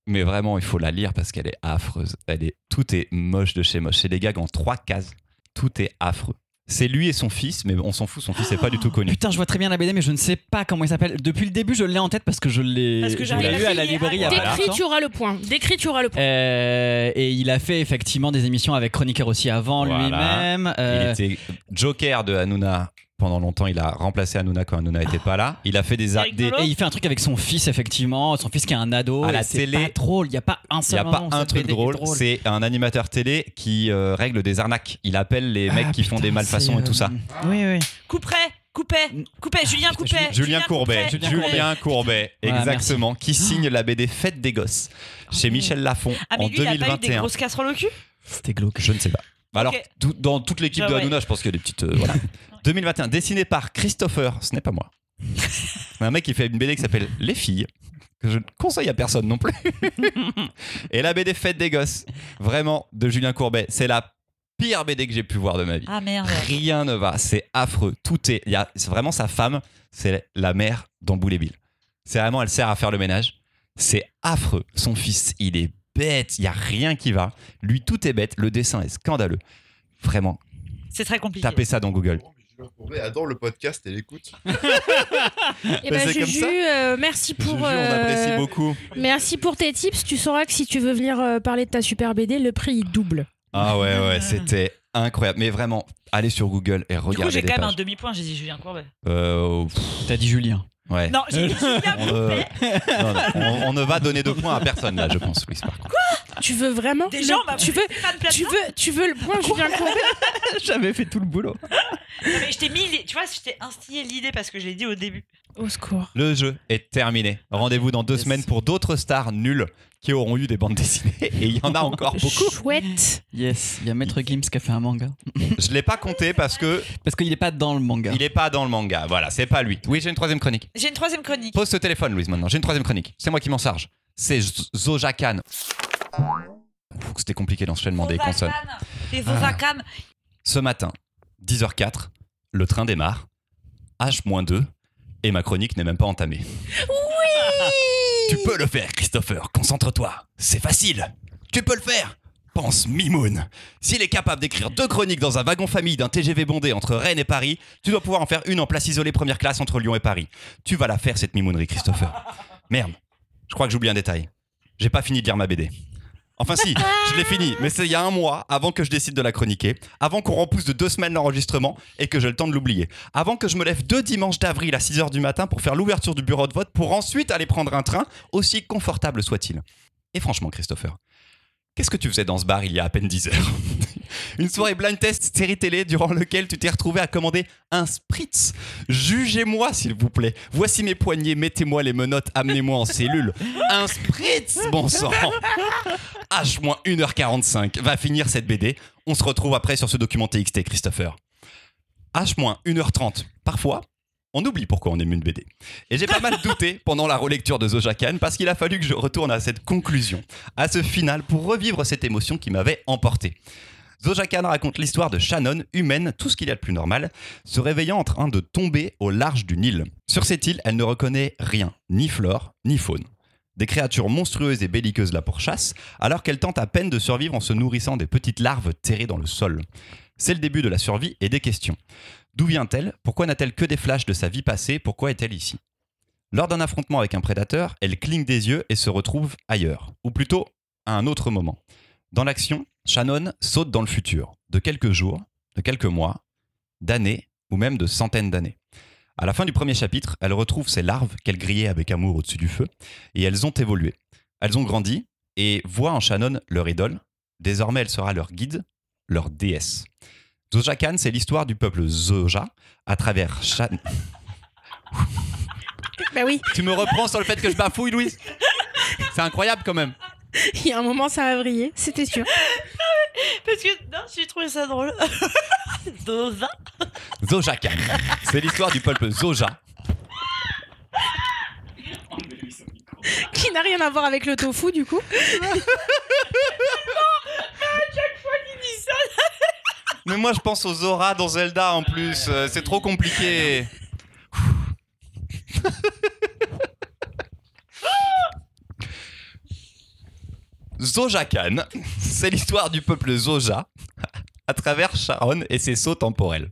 Mais vraiment, il faut la lire parce qu'elle est affreuse. Elle est, tout est moche de chez moche. C'est des gags en trois cases. Tout est affreux. C'est lui et son fils, mais on s'en fout, son fils n'est pas du tout connu. Putain, je vois très bien la BD, mais je ne sais pas comment il s'appelle. Depuis le début, je l'ai en tête parce que je l'ai Parce que je j'arrive l'ai à lu à la signer librairie il bah, à- y a pas Décrit, longtemps. tu auras le point. Décrit, tu auras le point. Euh, et il a fait effectivement des émissions avec chroniqueur aussi avant Voilà. lui-même. Il Euh, était Joker de Hanouna pendant longtemps. Il a remplacé Hanouna quand Hanouna n'était pas là. Il a fait des. a- Eric des- Nolot Et il fait un truc avec son fils, effectivement. Son fils qui est un ado. À et la c'est télé, pas drôle. Il n'y a pas il un n'y seul a pas moment où un cette truc BD est drôle. C'est un animateur télé qui euh, règle des arnaques. Il appelle les Ah, mecs qui font putain, des malfaçons c'est, et tout ça. euh, Oui, oui. Couperet, coupet, coupet, Julien Coupet. Ah, Julien Courbet, Julien Julien Courbet, Voilà, exactement, qui signe la BD Fête des Gosses chez Michel Lafon Ah, mais en lui, il a pas eu des 2021. grosses casseroles au cul C'était glauque. Je ne sais pas. Bah Alors, Ok. tout- dans toute l'équipe Ah de ouais. Hanouna, je pense qu'il y a des petites. euh, voilà. 2021, dessiné par Christopher, ce n'est pas moi. Un mec qui fait une BD qui s'appelle Les filles, que je ne conseille à personne non plus. Et la BD Fête des Gosses, vraiment, de Julien Courbet. C'est la pire BD que j'ai pu voir de ma vie. Ah merde. Rien ne va, c'est affreux. Tout est. il y a- C'est vraiment sa femme, c'est la mère d'Amboul et Bill. C'est vraiment, elle sert à faire le ménage. C'est affreux. Son fils, il est bête, il n'y a rien qui va. Lui, tout est bête, le dessin est scandaleux. Vraiment, C'est très compliqué. tapez ça dans Google. Julien Courbet adore le podcast et l'écoute. Et Ben, ben, c'est comme Juju, ça. euh, merci pour. Juju, on euh, apprécie beaucoup. Merci pour tes tips. Tu sauras que si tu veux venir euh, parler de ta super BD, le prix il double. Ah ouais, ouais, c'était incroyable. Mais vraiment, allez sur Google et Du coup, regardez j'ai les quand même un pages. demi-point, j'ai dit Julien Courbet. Euh, pff, T'as dit Julien. ouais. Non, j'ai dit Julien On, euh, non, non, on- on ne va donner de points à personne là, je pense, Louis, par contre. Tu veux vraiment Déjà, le- on m'a tu veux, Stéphane Plaza. tu veux, tu veux le point, Julien Courbet J'avais fait tout le boulot. Non, mais je t'ai mis, les- tu vois, je t'ai instillé l'idée parce que je l'ai dit au début. Au secours. Le jeu est terminé. Rendez-vous dans deux Yes. semaines pour d'autres stars nulles qui auront eu des bandes dessinées. Et il y en a encore beaucoup. Chouette. Yes, il y a Maître Gims qui a fait un manga. Je l'ai pas compté parce que Parce qu'il n'est pas dans le manga. il est pas dans le manga. Voilà, c'est pas lui. Oui, j'ai une troisième chronique. J'ai une troisième chronique. Pose ce téléphone, Louise, maintenant. J'ai une troisième chronique. C'est moi qui m'en charge. C'est Z- Zoja Khan. Ouf, C'était compliqué l'enchaînement des consonnes. Les Ah. Vovacan. Ce matin, 10h04, le train démarre. H-2. Et ma chronique n'est même pas entamée. Oui Tu peux le faire, Christopher. Concentre-toi. C'est facile. Tu peux le faire. Pense Mimoun. S'il est capable d'écrire deux chroniques dans un wagon famille d'un TGV bondé entre Rennes et Paris, tu dois pouvoir en faire une en place isolée première classe entre Lyon et Paris. Tu vas la faire, cette Mimounerie, Christopher. Merde. Je crois que j'oublie un détail. J'ai pas fini de lire ma BD. Enfin si, je l'ai fini, mais c'est il y a un mois avant que je décide de la chroniquer, avant qu'on repousse de deux semaines l'enregistrement et que j'ai le temps de l'oublier, avant que je me lève deux dimanches d'avril à 6h du matin pour faire l'ouverture du bureau de vote pour ensuite aller prendre un train, aussi confortable soit-il. Et franchement Christopher, qu'est-ce que tu faisais dans ce bar il y a à peine 10 heures Une soirée blind test série télé durant lequel tu t'es retrouvé à commander un spritz. Jugez-moi s'il vous plaît. Voici mes poignets, mettez-moi les menottes, amenez-moi en cellule. Un spritz, bon sang H-1h45 va finir cette BD. On se retrouve après sur ce documenté XT, Christopher. H-1h30, parfois, on oublie pourquoi on aime une BD. Et j'ai pas mal douté pendant la relecture de Zoja Khan parce qu'il a fallu que je retourne à cette conclusion, à ce final, pour revivre cette émotion qui m'avait emporté. Zoja Khan raconte l'histoire de Shannon, humaine, tout ce qu'il y a de plus normal, se réveillant en train de tomber au large d'une île. Sur cette île, elle ne reconnaît rien, ni flore, ni faune. Des créatures monstrueuses et belliqueuses la pourchassent, alors qu'elle tente à peine de survivre en se nourrissant des petites larves terrées dans le sol. C'est le début de la survie et des questions. D'où vient-elle Pourquoi n'a-t-elle que des flashs de sa vie passée Pourquoi est-elle ici Lors d'un affrontement avec un prédateur, elle cligne des yeux et se retrouve ailleurs, ou plutôt à un autre moment. Dans l'action, Shannon saute dans le futur, de quelques jours, de quelques mois, d'années ou même de centaines d'années. À la fin du premier chapitre, elle retrouve ces larves qu'elle grillait avec amour au-dessus du feu, et elles ont évolué. Elles ont grandi, et voit en Shannon leur idole. Désormais, elle sera leur guide, leur déesse. Zojakan, c'est l'histoire du peuple Zoja à travers cha- Bah oui, Tu me reprends sur le fait que je bafouille, Louise C'est incroyable quand même. il y a un moment, ça a vrillé, c'était sûr. Parce que, non, j'ai trouvé ça drôle. Dova. Zojakan, c'est l'histoire du peuple Zoja. Qui n'a rien à voir avec le tofu, du coup. Mais moi, je pense aux Zora dans Zelda en plus. Euh, C'est trop compliqué. Zojakan, c'est l'histoire du peuple Zoja à travers Sharon et ses sauts temporels.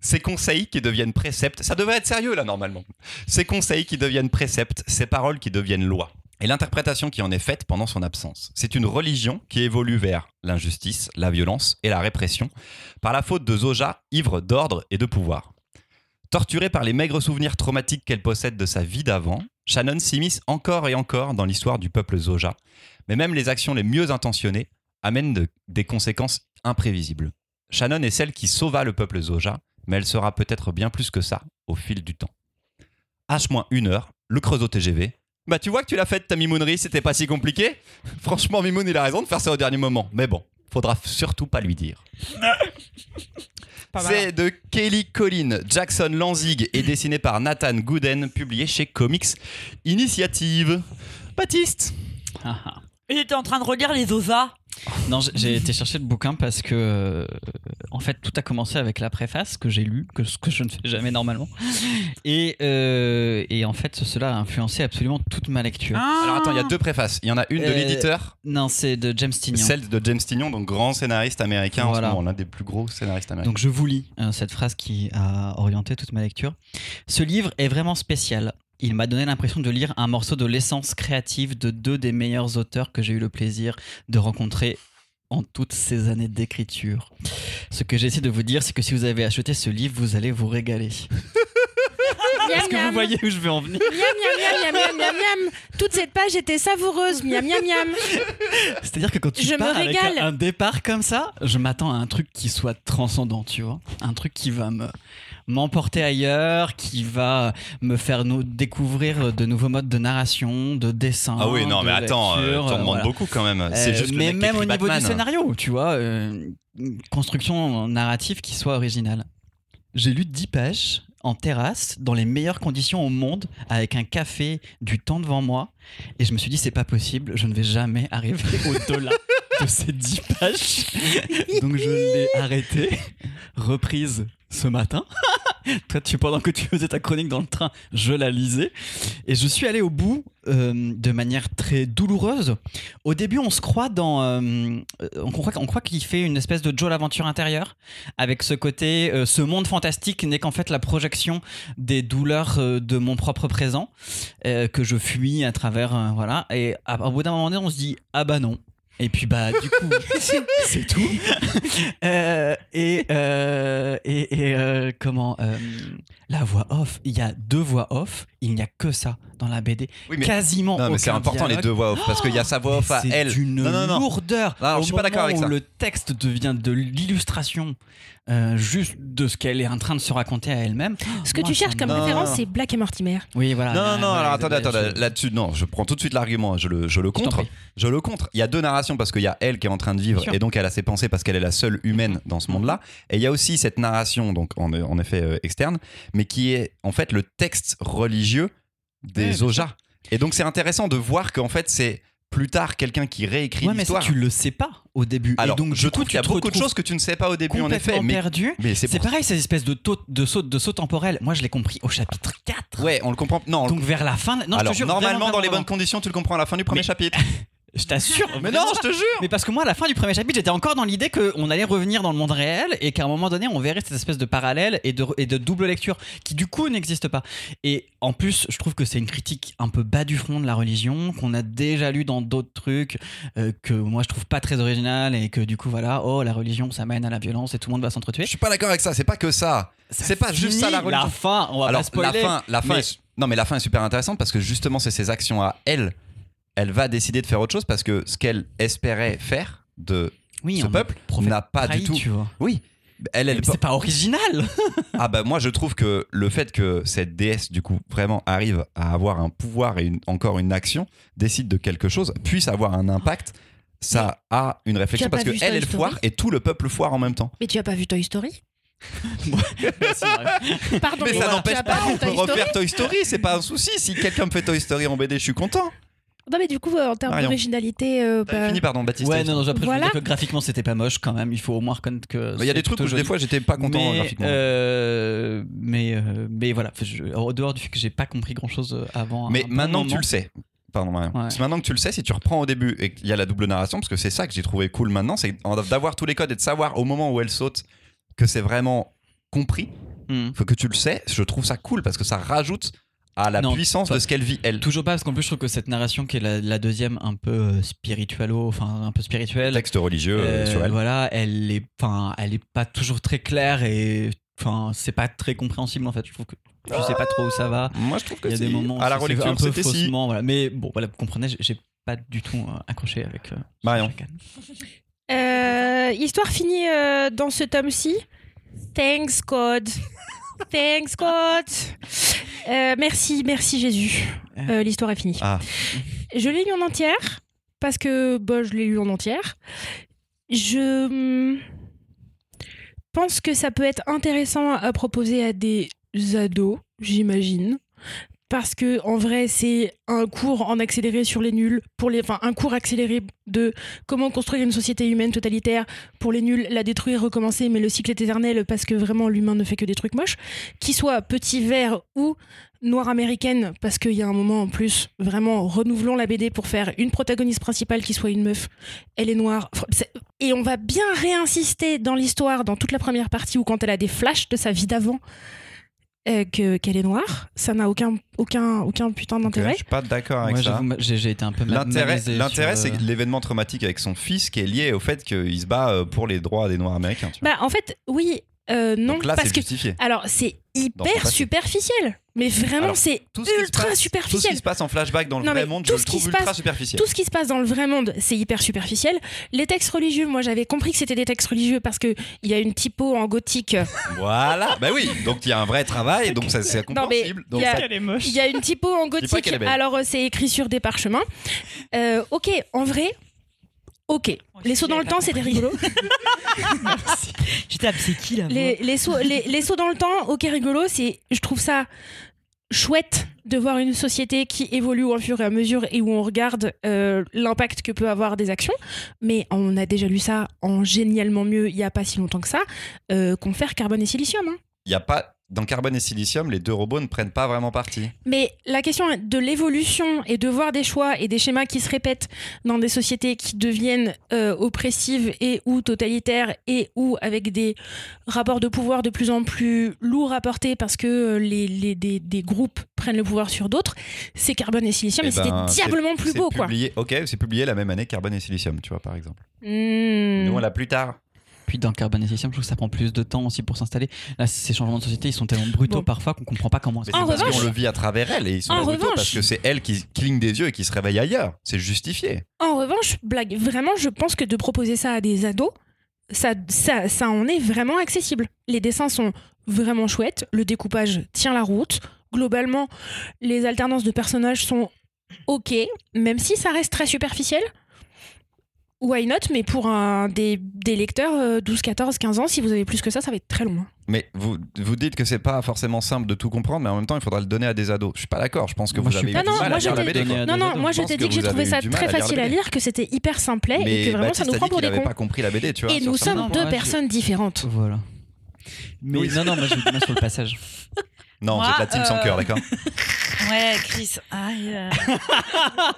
Ces conseils qui deviennent préceptes, ça devrait être sérieux là normalement. Ces conseils qui deviennent préceptes, ces paroles qui deviennent lois. Et l'interprétation qui en est faite pendant son absence. C'est une religion qui évolue vers l'injustice, la violence et la répression par la faute de Zoja, ivre d'ordre et de pouvoir. Torturée par les maigres souvenirs traumatiques qu'elle possède de sa vie d'avant, Shannon s'immisce encore et encore dans l'histoire du peuple Zoja, mais même les actions les mieux intentionnées amènent de- des conséquences imprévisibles. Shannon est celle qui sauva le peuple Zoja, mais elle sera peut-être bien plus que ça au fil du temps. H-1 heure, le Creusot TGV. Bah tu vois que tu l'as faite ta mimounerie, c'était pas si compliqué. Franchement, Mimoun il a raison de faire ça au dernier moment, mais bon, faudra surtout pas lui dire. C'est de Kelly Collin, Jackson Lanzig et dessiné par Nathan Gooden, publié chez Comics Initiative. Baptiste Ah, ah. Il était en train de relire les Ozas. Non, j'ai- j'ai été chercher le bouquin parce que, euh, en fait, tout a commencé avec la préface que j'ai lue, que, ce que je ne fais jamais normalement. Et, euh, et en fait, cela a influencé absolument toute ma lecture. Alors attends, il y a deux préfaces. Il y en a une de Euh, l'éditeur, Non, c'est de James Tignan. celle de James Tignon, donc grand scénariste américain en Voilà. ce moment, l'un des plus gros scénaristes américains. Donc je vous lis euh, cette phrase qui a orienté toute ma lecture. Ce livre est vraiment spécial. Il m'a donné l'impression de lire un morceau de l'essence créative de deux des meilleurs auteurs que j'ai eu le plaisir de rencontrer en toutes ces années d'écriture. Ce que j'essaie de vous dire, c'est que si vous avez acheté ce livre, vous allez vous régaler. Miam, Est-ce que vous miam, miam, voyez où je veux en venir miam, miam, miam, miam, miam. Toute cette page était savoureuse, miam, miam, miam. C'est-à-dire que quand tu Je me pars avec régale. un, un départ comme ça, je m'attends à un truc qui soit transcendant, tu vois. Un truc qui va me m'emporter ailleurs, qui va me faire nous découvrir de nouveaux modes de narration, de dessin. ah oui, non, de mais attends, euh, lecture, t'en euh, demandes voilà. beaucoup quand même. Euh, C'est juste le mais mec qui même au écrit niveau Batman. du scénario, tu vois, euh, une construction narrative qui soit originale. J'ai lu 10 pages en terrasse, dans les meilleures conditions au monde, avec un café, du temps devant moi, et je me suis dit, c'est pas possible, je ne vais jamais arriver au-delà de ces 10 pages. Donc je l'ai arrêté, reprise ce matin. Toi, tu, pendant que tu faisais ta chronique dans le train, je la lisais. Et je suis allé au bout euh, de manière très douloureuse. Au début, on se croit dans. euh, euh, on croit, on croit qu'il fait une espèce de Joe l'aventure intérieure, avec ce côté. euh, ce monde fantastique n'est qu'en fait la projection des douleurs euh, de mon propre présent, euh, que je fuis à travers. euh, voilà. Et à- au bout d'un moment donné, on se dit Ah bah non. Et puis bah du coup c'est tout Euh, et euh, et, et, euh, comment euh, la voix off il y a deux voix off il n'y a que ça dans la BD Oui, mais, quasiment non, mais c'est aucun important les dialogue. deux voix off, parce qu'il y a sa voix off à C'est elle. d'une Non, non, non. lourdeur. Non, alors, Au je suis pas d'accord moment avec où ça. Le texte devient de l'illustration euh, juste de ce qu'elle est en train de se raconter à elle-même. Ce que Oh, Moi, tu ça cherches me- comme Non. référence, c'est Black et Mortimer. Oui, voilà. Non, Là, non, non, voilà, alors je- attendez, attendez, je- là-dessus, non, je prends tout de suite l'argument, je le, je le je t'en contre. prie. Je le contre. Il y a deux narrations parce qu'il y a elle qui est en train de vivre Bien sûr. et donc elle a ses pensées parce qu'elle est la seule humaine dans ce monde-là. Et il y a aussi cette narration, donc en, en effet euh, externe, mais qui est en fait le texte religieux Ouais, des bien Ojas. Et donc c'est intéressant de voir qu'en fait c'est plus tard quelqu'un qui réécrit Ouais, mais ça, l'histoire. tu le sais pas au début. Alors Et donc, je du coup, trouve qu'il y a tu te beaucoup de retrouves choses que tu ne sais pas au début en complètement effet, mais, perdu. mais c'est C'est pour pareil, ces espèces de, taux, de, saut, de saut temporel. Moi, je l'ai compris au chapitre 4. Ouais, on le comprend. Non, on le- Donc, vers la fin. Non, alors je te jure, normalement vraiment, dans les vraiment, bonnes conditions tu le comprends à la fin du premier Mais- chapitre. vraiment. Je t'assure. mais non, vraiment. je te jure. Mais parce que moi, à la fin du premier chapitre, j'étais encore dans l'idée qu'on allait revenir dans le monde réel et qu'à un moment donné, on verrait cette espèce de parallèle et de, et de double lecture qui, du coup, n'existe pas. Et en plus, je trouve que c'est une critique un peu bas du front de la religion qu'on a déjà lu dans d'autres trucs euh, que moi, je trouve pas très original et que, du coup, voilà, oh, la religion, ça mène à la violence et tout le monde va s'entretuer. Je suis pas d'accord avec ça, c'est pas que ça. C'est pas juste Fini ça la religion. La fin, on va Alors pas spoiler. la fin, la fin mais- est su- non mais la fin est super intéressante parce que justement c'est ses actions à elle. Elle va décider de faire autre chose parce que ce qu'elle espérait faire de oui, ce on peuple profite n'a pas trahi, du tout. Tu vois. Oui, Elle, elle, Mais C'est pas original Ah bah moi je trouve que le fait que cette déesse du coup vraiment arrive à avoir un pouvoir et une- encore une action, décide de quelque chose, puisse avoir un impact, ça a une réflexion Tu as parce pas que vu elle Toy est le Story foire et tout le peuple foire en même temps. Mais tu as pas vu Toy Story C'est Pardon, mais voilà, ça tu n'empêche as pas vu qu'on peut Toy Story refaire Toy Story, c'est pas un souci. Si quelqu'un me fait Toy Story en BD, je suis content. Non mais du coup euh, en termes Marion. d'originalité, euh, T'avais bah, fini pardon Baptiste. Ouais, non, non, après, Voilà. je veux dire que graphiquement, c'était pas moche quand même. Il faut au moins reconnaître que. Mais Bah, Il y a c'est des trucs plutôt où je- des joli. fois j'étais pas content mais, graphiquement. euh, mais, euh, mais voilà, Enfin, je- au dehors du fait que j'ai pas compris grand chose avant. Mais un bon maintenant que tu moment. le sais. Pardon, Marion. Ouais. C'est Maintenant que tu le sais, si tu reprends au début et qu'il y a la double narration, parce que c'est ça que j'ai trouvé cool maintenant, c'est d'avoir tous les codes et de savoir au moment où elle saute que c'est vraiment compris, Hmm. faut que tu le sais, je trouve ça cool parce que ça rajoute à la Non, puissance toi- de ce qu'elle vit, elle. Hmm. Toujours pas, parce qu'en plus, je trouve que cette narration qui est la, la deuxième, un peu euh, spiritualo, enfin, un peu spirituelle, texte religieux euh, euh, sur elle. voilà, elle est, enfin, elle est pas toujours très claire et, enfin, c'est pas très compréhensible en fait. Je trouve que je sais pas trop où ça va. Moi, je trouve que Il y a des Ah, si. moments où à la c'est- c'est un relecture, peu c'était si. faussement, voilà. Mais bon, voilà, vous comprenez, j'ai- j'ai pas du tout euh, accroché avec euh, Marion. Sasha Khan. Euh, histoire finie euh, dans ce tome-ci. Thanks God. Thanks God. Euh, merci, merci Jésus. Euh, L'histoire est finie. Ah. Je l'ai lu en entière parce que bah, je l'ai lu en entière. Je hum, pense que ça peut être intéressant à proposer à des ados, j'imagine. Parce que en vrai, c'est un cours en accéléré sur les nuls, pour les, enfin un cours accéléré de comment construire une société humaine totalitaire pour les nuls, la détruire, recommencer, mais le cycle est éternel parce que vraiment l'humain ne fait que des trucs moches, qui soit petit vert ou noire américaine, parce qu'il y a un moment en plus, vraiment renouvelons la BD pour faire une protagoniste principale qui soit une meuf, elle est noire, Fr- c'est- et on va bien réinsister dans l'histoire, dans toute la première partie, ou quand elle a des flashs de sa vie d'avant. euh, que- qu'elle est noire, ça n'a aucun, aucun, aucun putain Ok, Je d'intérêt. suis pas d'accord avec Moi, ça. j'avoue, j'ai j'ai été un peu mal- L'intérêt, malaisé l'intérêt, sur, c'est euh, l'événement traumatique avec son fils qui est lié au fait qu'il se bat euh, pour les droits des Noirs américains. tu vois. Bah en fait, oui, euh, non, Donc là, parce c'est que justifié. Alors, c'est Dans son hyper passé. superficiel. Mais vraiment, Alors, c'est tout ce qui se ultra passe- Tout ce qui superficiel. se passe en flashback dans le Non, vrai mais monde, tout je ce le qui trouve se ultra passe- superficiel. Tout ce qui se passe dans le vrai monde, c'est hyper superficiel. Les textes religieux, moi j'avais compris que c'était des textes religieux parce qu'il y a une typo en gothique. Voilà, bah oui, donc il y a un vrai travail, donc ça, c'est Non, mais compréhensible. donc il y a- ça- Elle est moche. Il y a une typo en pas gothique, qu'elle est belle. alors euh, c'est écrit sur des parchemins. Euh, ok, en vrai, ok. Les sauts dans le temps, c'était rigolo. J'étais là, c'est qui là les, les sauts, les, les sauts dans le temps, ok rigolo, c'est, je trouve ça chouette de voir une société qui évolue au fur et à mesure et où on regarde euh, l'impact que peut avoir des actions. Mais on a déjà lu ça en génialement mieux il n'y a pas si longtemps que ça, euh, qu'on fait carbone et silicium. hein. il y a pas. Dans Carbone et Silicium, les deux robots ne prennent pas vraiment parti. Mais la question de l'évolution et de voir des choix et des schémas qui se répètent dans des sociétés qui deviennent euh, oppressives et ou totalitaires et ou avec des rapports de pouvoir de plus en plus lourds à porter parce que euh, les, les- des, des groupes prennent le pouvoir sur d'autres, c'est carbone et silicium, Eh mais ben, c'était diablement plus c'est beau, quoi. publié- Ok, c'est publié la même année que Carbone et Silicium, tu vois, par exemple. Mmh. Nous, on l'a plus tard. Puis dans Carbon et Silicium, je trouve que ça prend plus de temps aussi pour s'installer. Là, ces changements de société, ils sont tellement brutaux Bon. parfois qu'on comprend pas comment. Mais En c'est parce revanche- qu'on le vit à travers elle et ils sont En brutaux revanche- parce que c'est elle qui cligne des yeux et qui se réveille ailleurs. C'est justifié. En revanche, blague, vraiment, je pense que de proposer ça à des ados, ça, ça, ça en est vraiment accessible. Les dessins sont vraiment chouettes, le découpage tient la route. Globalement, les alternances de personnages sont ok, même si ça reste très superficiel. Why not Mais pour un, des, des lecteurs euh, 12, 14, 15 ans, si vous avez plus que ça, ça va être très long. hein. Mais vous, vous dites que c'est pas forcément simple de tout comprendre, mais en même temps, il faudra le donner à des ados. Je suis pas d'accord. Je pense que Moi, vous je suis avez pas eu du d'accord. mal à Moi, lire la j'étais- BD, quoi. Donner à Non, des non, ados, moi Ah, je je pense t'ai que dit que j'ai vous avez trouvé eu ça du mal très à lire le facile à BD. lire, que c'était hyper Eh, simplet et que vraiment Baptiste ça nous a prend dit pour qu'il des avait cons. pas compris la BD, tu vois. Et sur hein, nous ça. sommes Non, deux moi, je- personnes différentes. Voilà. Mais Oui. non, non, moi je vais sur le passage. Non, j'ai de la team sans Moi, cœur, euh, d'accord Ouais, Chris. Aïe. euh,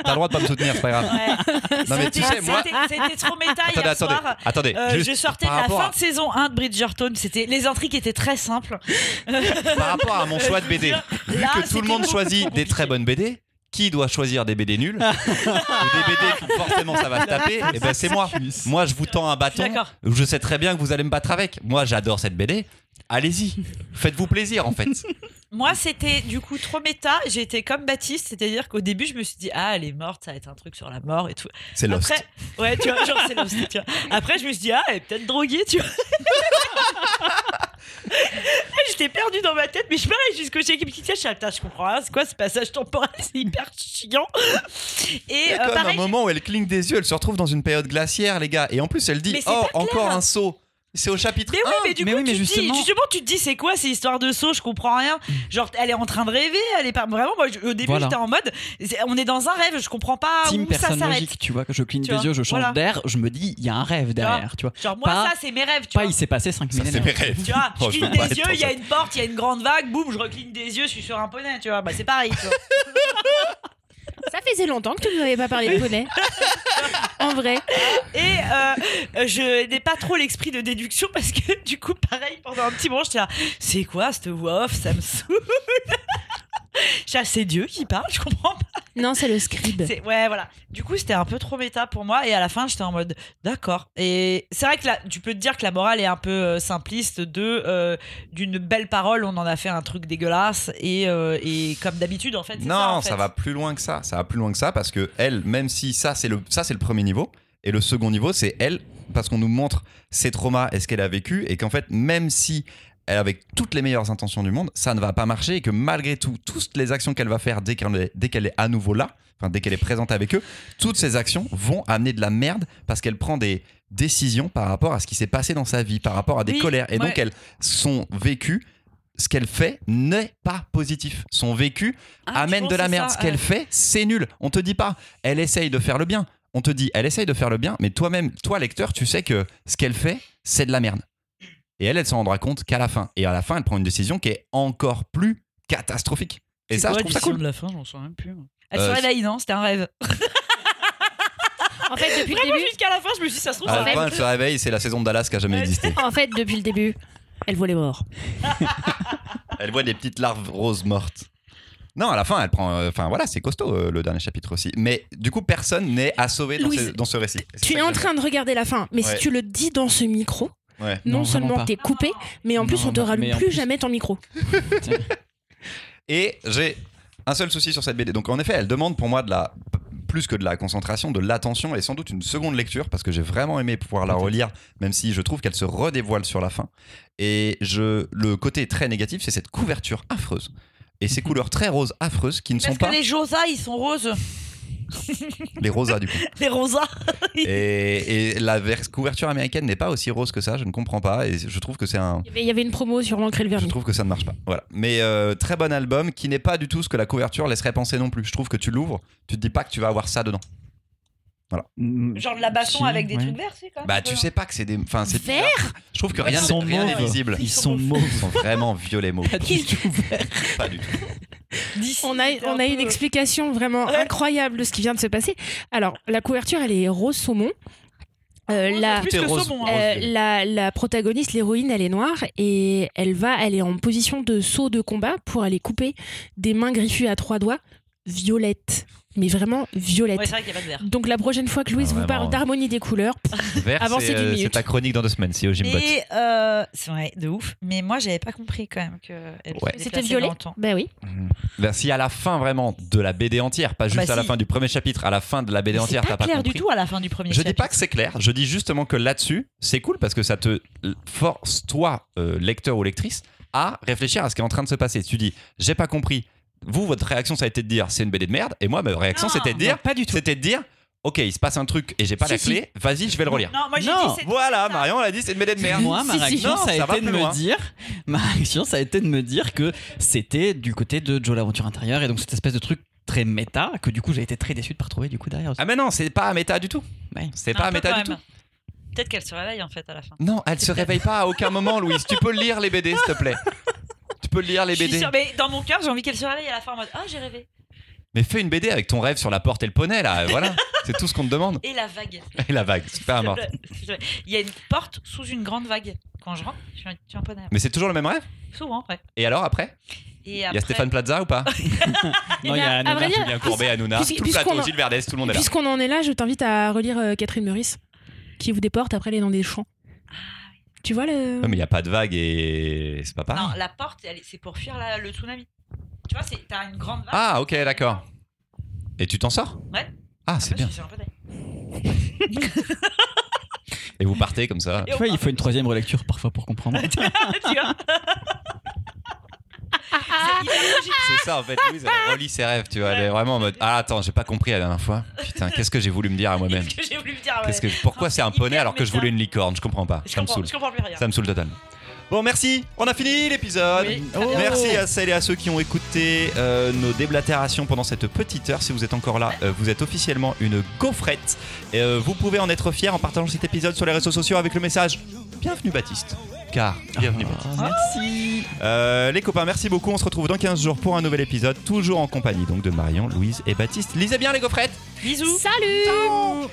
T'as le droit de pas me soutenir, c'est pas grave. ouais. Non, mais tu sais, C'était- moi- Ah, c'était- C'était trop méta Attendez, hier attendez, soir. attendez. Euh, juste je sortais de par la rapport fin à- de saison 1 de Bridgerton. C'était les intrigues étaient très simples. par rapport à mon choix de BD, vu Là, que tout Ah, c'était le monde beaucoup choisit trop des très bonnes BD, qui doit choisir des BD nuls ou des BD où forcément ça va se taper, et ben c'est moi. Moi, je vous tends un Je suis bâton. d'accord. Je sais très bien que vous allez me battre avec. Moi, j'adore cette BD. Allez-y, faites-vous plaisir en fait. Moi, c'était du coup trop méta. J'ai été comme Baptiste, c'est-à-dire qu'au début, je me suis dit, ah, elle est morte, ça va être un truc sur la mort et tout. C'est Lost. Après, ouais, tu vois, genre, c'est Lost, tu vois. Après, je me suis dit, ah, elle est peut-être droguée, tu vois. J'étais perdue dans ma tête, mais je parlais jusqu'au chèque qui me disait, ah, putain, je comprends rien, c'est quoi ce passage temporel, c'est hyper chiant. Il Et y euh, a quand même un pareil, moment où elle cligne des yeux, elle se retrouve dans une période glaciaire, les gars. Et en plus, elle dit Mais c'est Oh, pas clair. encore un saut. C'est au chapitre Mais oui, 1. mais du Ah, mais coup, oui, mais tu te justement- dis, justement, tu te dis, c'est quoi ces histoires de saut Je comprends rien. Genre, elle est en train de rêver, elle est pas. Vraiment, moi, je- au début, Voilà. j'étais en mode, c'est- on est dans un rêve, je comprends pas Team Ah, où ça personne s'arrête. logique, tu vois, que je cligne Tu des vois, yeux, je change voilà. d'air, je me dis, il y a un rêve derrière, tu vois. Genre, moi, Pas- ça, c'est mes rêves, tu Pas, vois. il s'est passé 5 Ça, c'est millénaires. mes rêves. Tu vois, Oh, je cligne veux pas des yeux, être il y a dans une porte, il y a une grande vague, boum, je recligne des yeux, je suis sur un poney, tu vois. Bah, c'est pareil, tu vois. Ça faisait longtemps que vous n'avez pas parlé de poney. en vrai. Et euh, euh, je n'ai pas trop l'esprit de déduction parce que, du coup, pareil, pendant un petit moment, j'étais là, c'est quoi cette voix off Ça me saoule. J'étais là, C'est Dieu qui parle, je comprends pas. Non, c'est le scribe. C'est- Ouais, voilà. Du coup, c'était un peu trop méta pour moi. Et à la fin, j'étais en mode, d'accord. Et c'est vrai que là, tu peux te dire que la morale est un peu euh, simpliste de euh, d'une belle parole, on en a fait un truc dégueulasse. Et, euh, et comme d'habitude, en fait, c'est Non, ça, ça, en fait. va plus loin que ça. Ça va plus loin que ça parce que elle, même si ça c'est le ça c'est le premier niveau et le second niveau c'est elle parce qu'on nous montre ses traumas et ce qu'elle a vécu et qu'en fait même si elle avec toutes les meilleures intentions du monde, ça ne va pas marcher et que malgré tout toutes les actions qu'elle va faire dès qu'elle est, dès qu'elle est à nouveau là, enfin dès qu'elle est présente avec eux, toutes ces actions vont amener de la merde parce qu'elle prend des décisions par rapport à ce qui s'est passé dans sa vie, par rapport à des Oui, colères et ouais. donc elle son vécu ce qu'elle fait n'est pas positif. Son vécu Ah, tu amène penses de la c'est merde. ça, Ce qu'elle ouais. fait, c'est nul. On te dit pas, elle essaye de faire le bien. On te dit, elle essaye de faire le bien, mais toi-même, toi lecteur, tu sais que ce qu'elle fait, c'est de la merde. Et elle, elle s'en rendra compte qu'à la fin. Et à la fin, elle prend une décision qui est encore plus catastrophique. Et C'est ça, quoi je la trouve ça décision cool. de la fin, j'en sais même plus. Elle se Euh, réveille, non C'était un rêve. En fait, depuis le Vraiment, début, jusqu'à la fin, je me suis dit, ça se trouve, À ça la Ouais. fin, rêve. Ah, elle se réveille, c'est la saison de Dallas qui a jamais Ouais. existé. en fait, depuis le début, elle voit les morts. Elle voit des petites larves roses mortes. Non, à la fin, elle prend. euh, Enfin, voilà, c'est costaud euh, le dernier chapitre aussi. Mais du coup, personne n'est à sauver dans, Louise, ces- dans ce récit. Et c'est Tu ça es que en j'aime. train de regarder la fin, mais Ouais. si tu le dis dans ce micro, non, Ouais. Non, vraiment seulement pas. t'es coupé, mais en Non, plus on te mais- rallume mais en plus plus- jamais ton micro. Et j'ai un seul souci sur cette BD. Donc en effet, elle demande pour moi de la plus que de la concentration, de l'attention et sans doute une seconde lecture parce que j'ai vraiment aimé pouvoir la relire, même si je trouve qu'elle se redévoile sur la fin. Et je le côté très négatif, c'est cette couverture affreuse et ces couleurs très roses affreuses qui ne sont Parce pas que les Josas, ils sont roses. les rosas du coup. Les Rosas. Et, et la vers- couverture américaine n'est pas aussi rose que ça. Je ne comprends pas et je trouve que c'est un Il y avait- il y avait une promo sur l'encre et le Je vernis. trouve que ça ne marche pas. Voilà. Mais euh, très bon album qui n'est pas du tout ce que la couverture laisserait penser non plus. Je trouve que tu l'ouvres, tu te dis pas que tu vas avoir ça dedans. Genre de la baston Si, avec des ouais. trucs verts, c'est quand même. un Bah peu, tu hein. sais pas que c'est des. Enfin c'est. Vert Je trouve que rien Ils sont n'est rien n'est mauves. visible. Ils sont Ils mauves. sont vraiment violets mauves. Pas du tout verts. Pas du tout. D'ici, On a, c'était on un a une peu- explication vraiment Ouais. incroyable de ce qui vient de se passer. Alors, la couverture, elle est rose saumon. Euh, Rose, la, Plus T'es que rose. saumon, hein. euh, violet. la, la protagoniste, l'héroïne, elle est noire et elle va, elle est en position de saut de combat pour aller couper des mains griffues à trois doigts violettes. Mais vraiment violettes. Ouais, c'est vrai qu'il n'y a pas de vert. Donc la prochaine fois que Louise Ah, vous vraiment, parle ouais. d'harmonie des couleurs, pff, Vert, Avancez c'est d'une euh, minute. c'est ta chronique dans deux semaines, c'est au Jimbot. Et euh, c'est vrai, de ouf. Mais moi, j'avais pas compris quand même que elle se Ouais. déplaçait c'était dans violet. le temps. Ben oui. Vers si à la fin vraiment de la BD entière, pas juste bah à la si. fin du premier chapitre, à la fin de la BD C'est entière, pas t'as pas clair compris. du tout à la fin du premier Je dis pas que c'est clair, je dis justement que là-dessus, c'est cool parce que ça te force, toi, euh, lecteur ou lectrice, à réfléchir à ce qui est en train de se passer. Tu dis, j'ai pas compris. Vous, votre réaction, ça a été de dire, c'est une BD de merde. Et moi, ma réaction, Non. c'était de dire, Pas du tout. c'était de dire, ok, il se passe un truc et j'ai pas Si, la clé, vas-y, je vais le relire. Non, moi j'ai Non. dit c'est Voilà, c'est ça. Marion, elle a dit, c'est une BD de merde. Moi, ma Si, si. réaction, Non, ça a ça va été de plus me loin. dire, ma réaction, ça a été de me dire que c'était du côté de Joe l'aventure intérieure et donc cette espèce de truc très méta que du coup j'ai été très déçu de pas retrouver du coup derrière. Ah, mais non, c'est pas à méta du tout. Ouais. C'est Un pas à peu méta quand du tout. même. Peut-être qu'elle se réveille en fait à la fin. Non, elle se réveille pas à aucun moment, Louise. Tu peux lire les BD, s'il te plaît. Tu peux lire les Je suis BD. sûre, mais dans mon cœur, j'ai envie qu'elle se réveille à la fin en mode Ah, j'ai rêvé. Mais fais une BD avec ton rêve sur la porte et le poney, là. Voilà. C'est tout ce qu'on te demande. Et la vague. Et la vague, super morte. Il y a une porte sous une grande vague. Quand je rentre, je suis un, je suis un poney. Mais c'est toujours le même rêve Souvent, ouais. Et alors après Et Il y a Stéphane Plaza ou pas Eh Non, il y bien, a à Anona, vrai dire, Julien Courbet, Hanouna, puisqu- tout le puisqu'on plateau, a- Gilles Verdez, tout le monde est là. Puisqu'on en est là, je t'invite à relire euh, Catherine Meurice, qui vous déporte après les noms des champs. Tu vois le. Ouais, Ah, mais il n'y a pas de vague et c'est pas Non, pareil. la porte, elle est- c'est pour fuir la- le tsunami. Tu vois, c'est- t'as une grande vague. Ah, ok, d'accord. Et tu t'en sors Ouais. Ah, Après, c'est bien. je suis un peu dingue. Et vous partez comme ça. Et Tu on vois, il part. faut une troisième relecture parfois pour comprendre. tu vois C'est hyper logique. C'est ça, en fait, Louise, elle relit ses rêves, tu vois. Elle est vraiment en mode Ah, attends, j'ai pas compris la dernière fois. Putain, qu'est-ce que j'ai voulu me dire à moi-même C'est ce que j'ai voulu me dire. ouais. Oh, Qu'est-ce que, Pourquoi c'est un Hyper poney alors que je méta. voulais une licorne Je comprends pas. Je ça me comprends, saoule. je comprends plus rien. Ça me saoule total. Bon, merci. On a fini l'épisode. Oh. Oui, très bien. Merci à celles et à ceux qui ont écouté euh, nos déblatérations pendant cette petite heure. Si vous êtes encore là, euh, vous êtes officiellement une gaufrette. Et, euh, vous pouvez en être fier en partageant cet épisode sur les réseaux sociaux avec le message Bienvenue Baptiste. Car, bienvenue Ah. Baptiste. merci. Euh, les copains, merci beaucoup. On se retrouve dans 15 jours pour un nouvel épisode, toujours en compagnie donc de Marion, Louise et Baptiste. Lisez bien les gaufrettes Bisous. Salut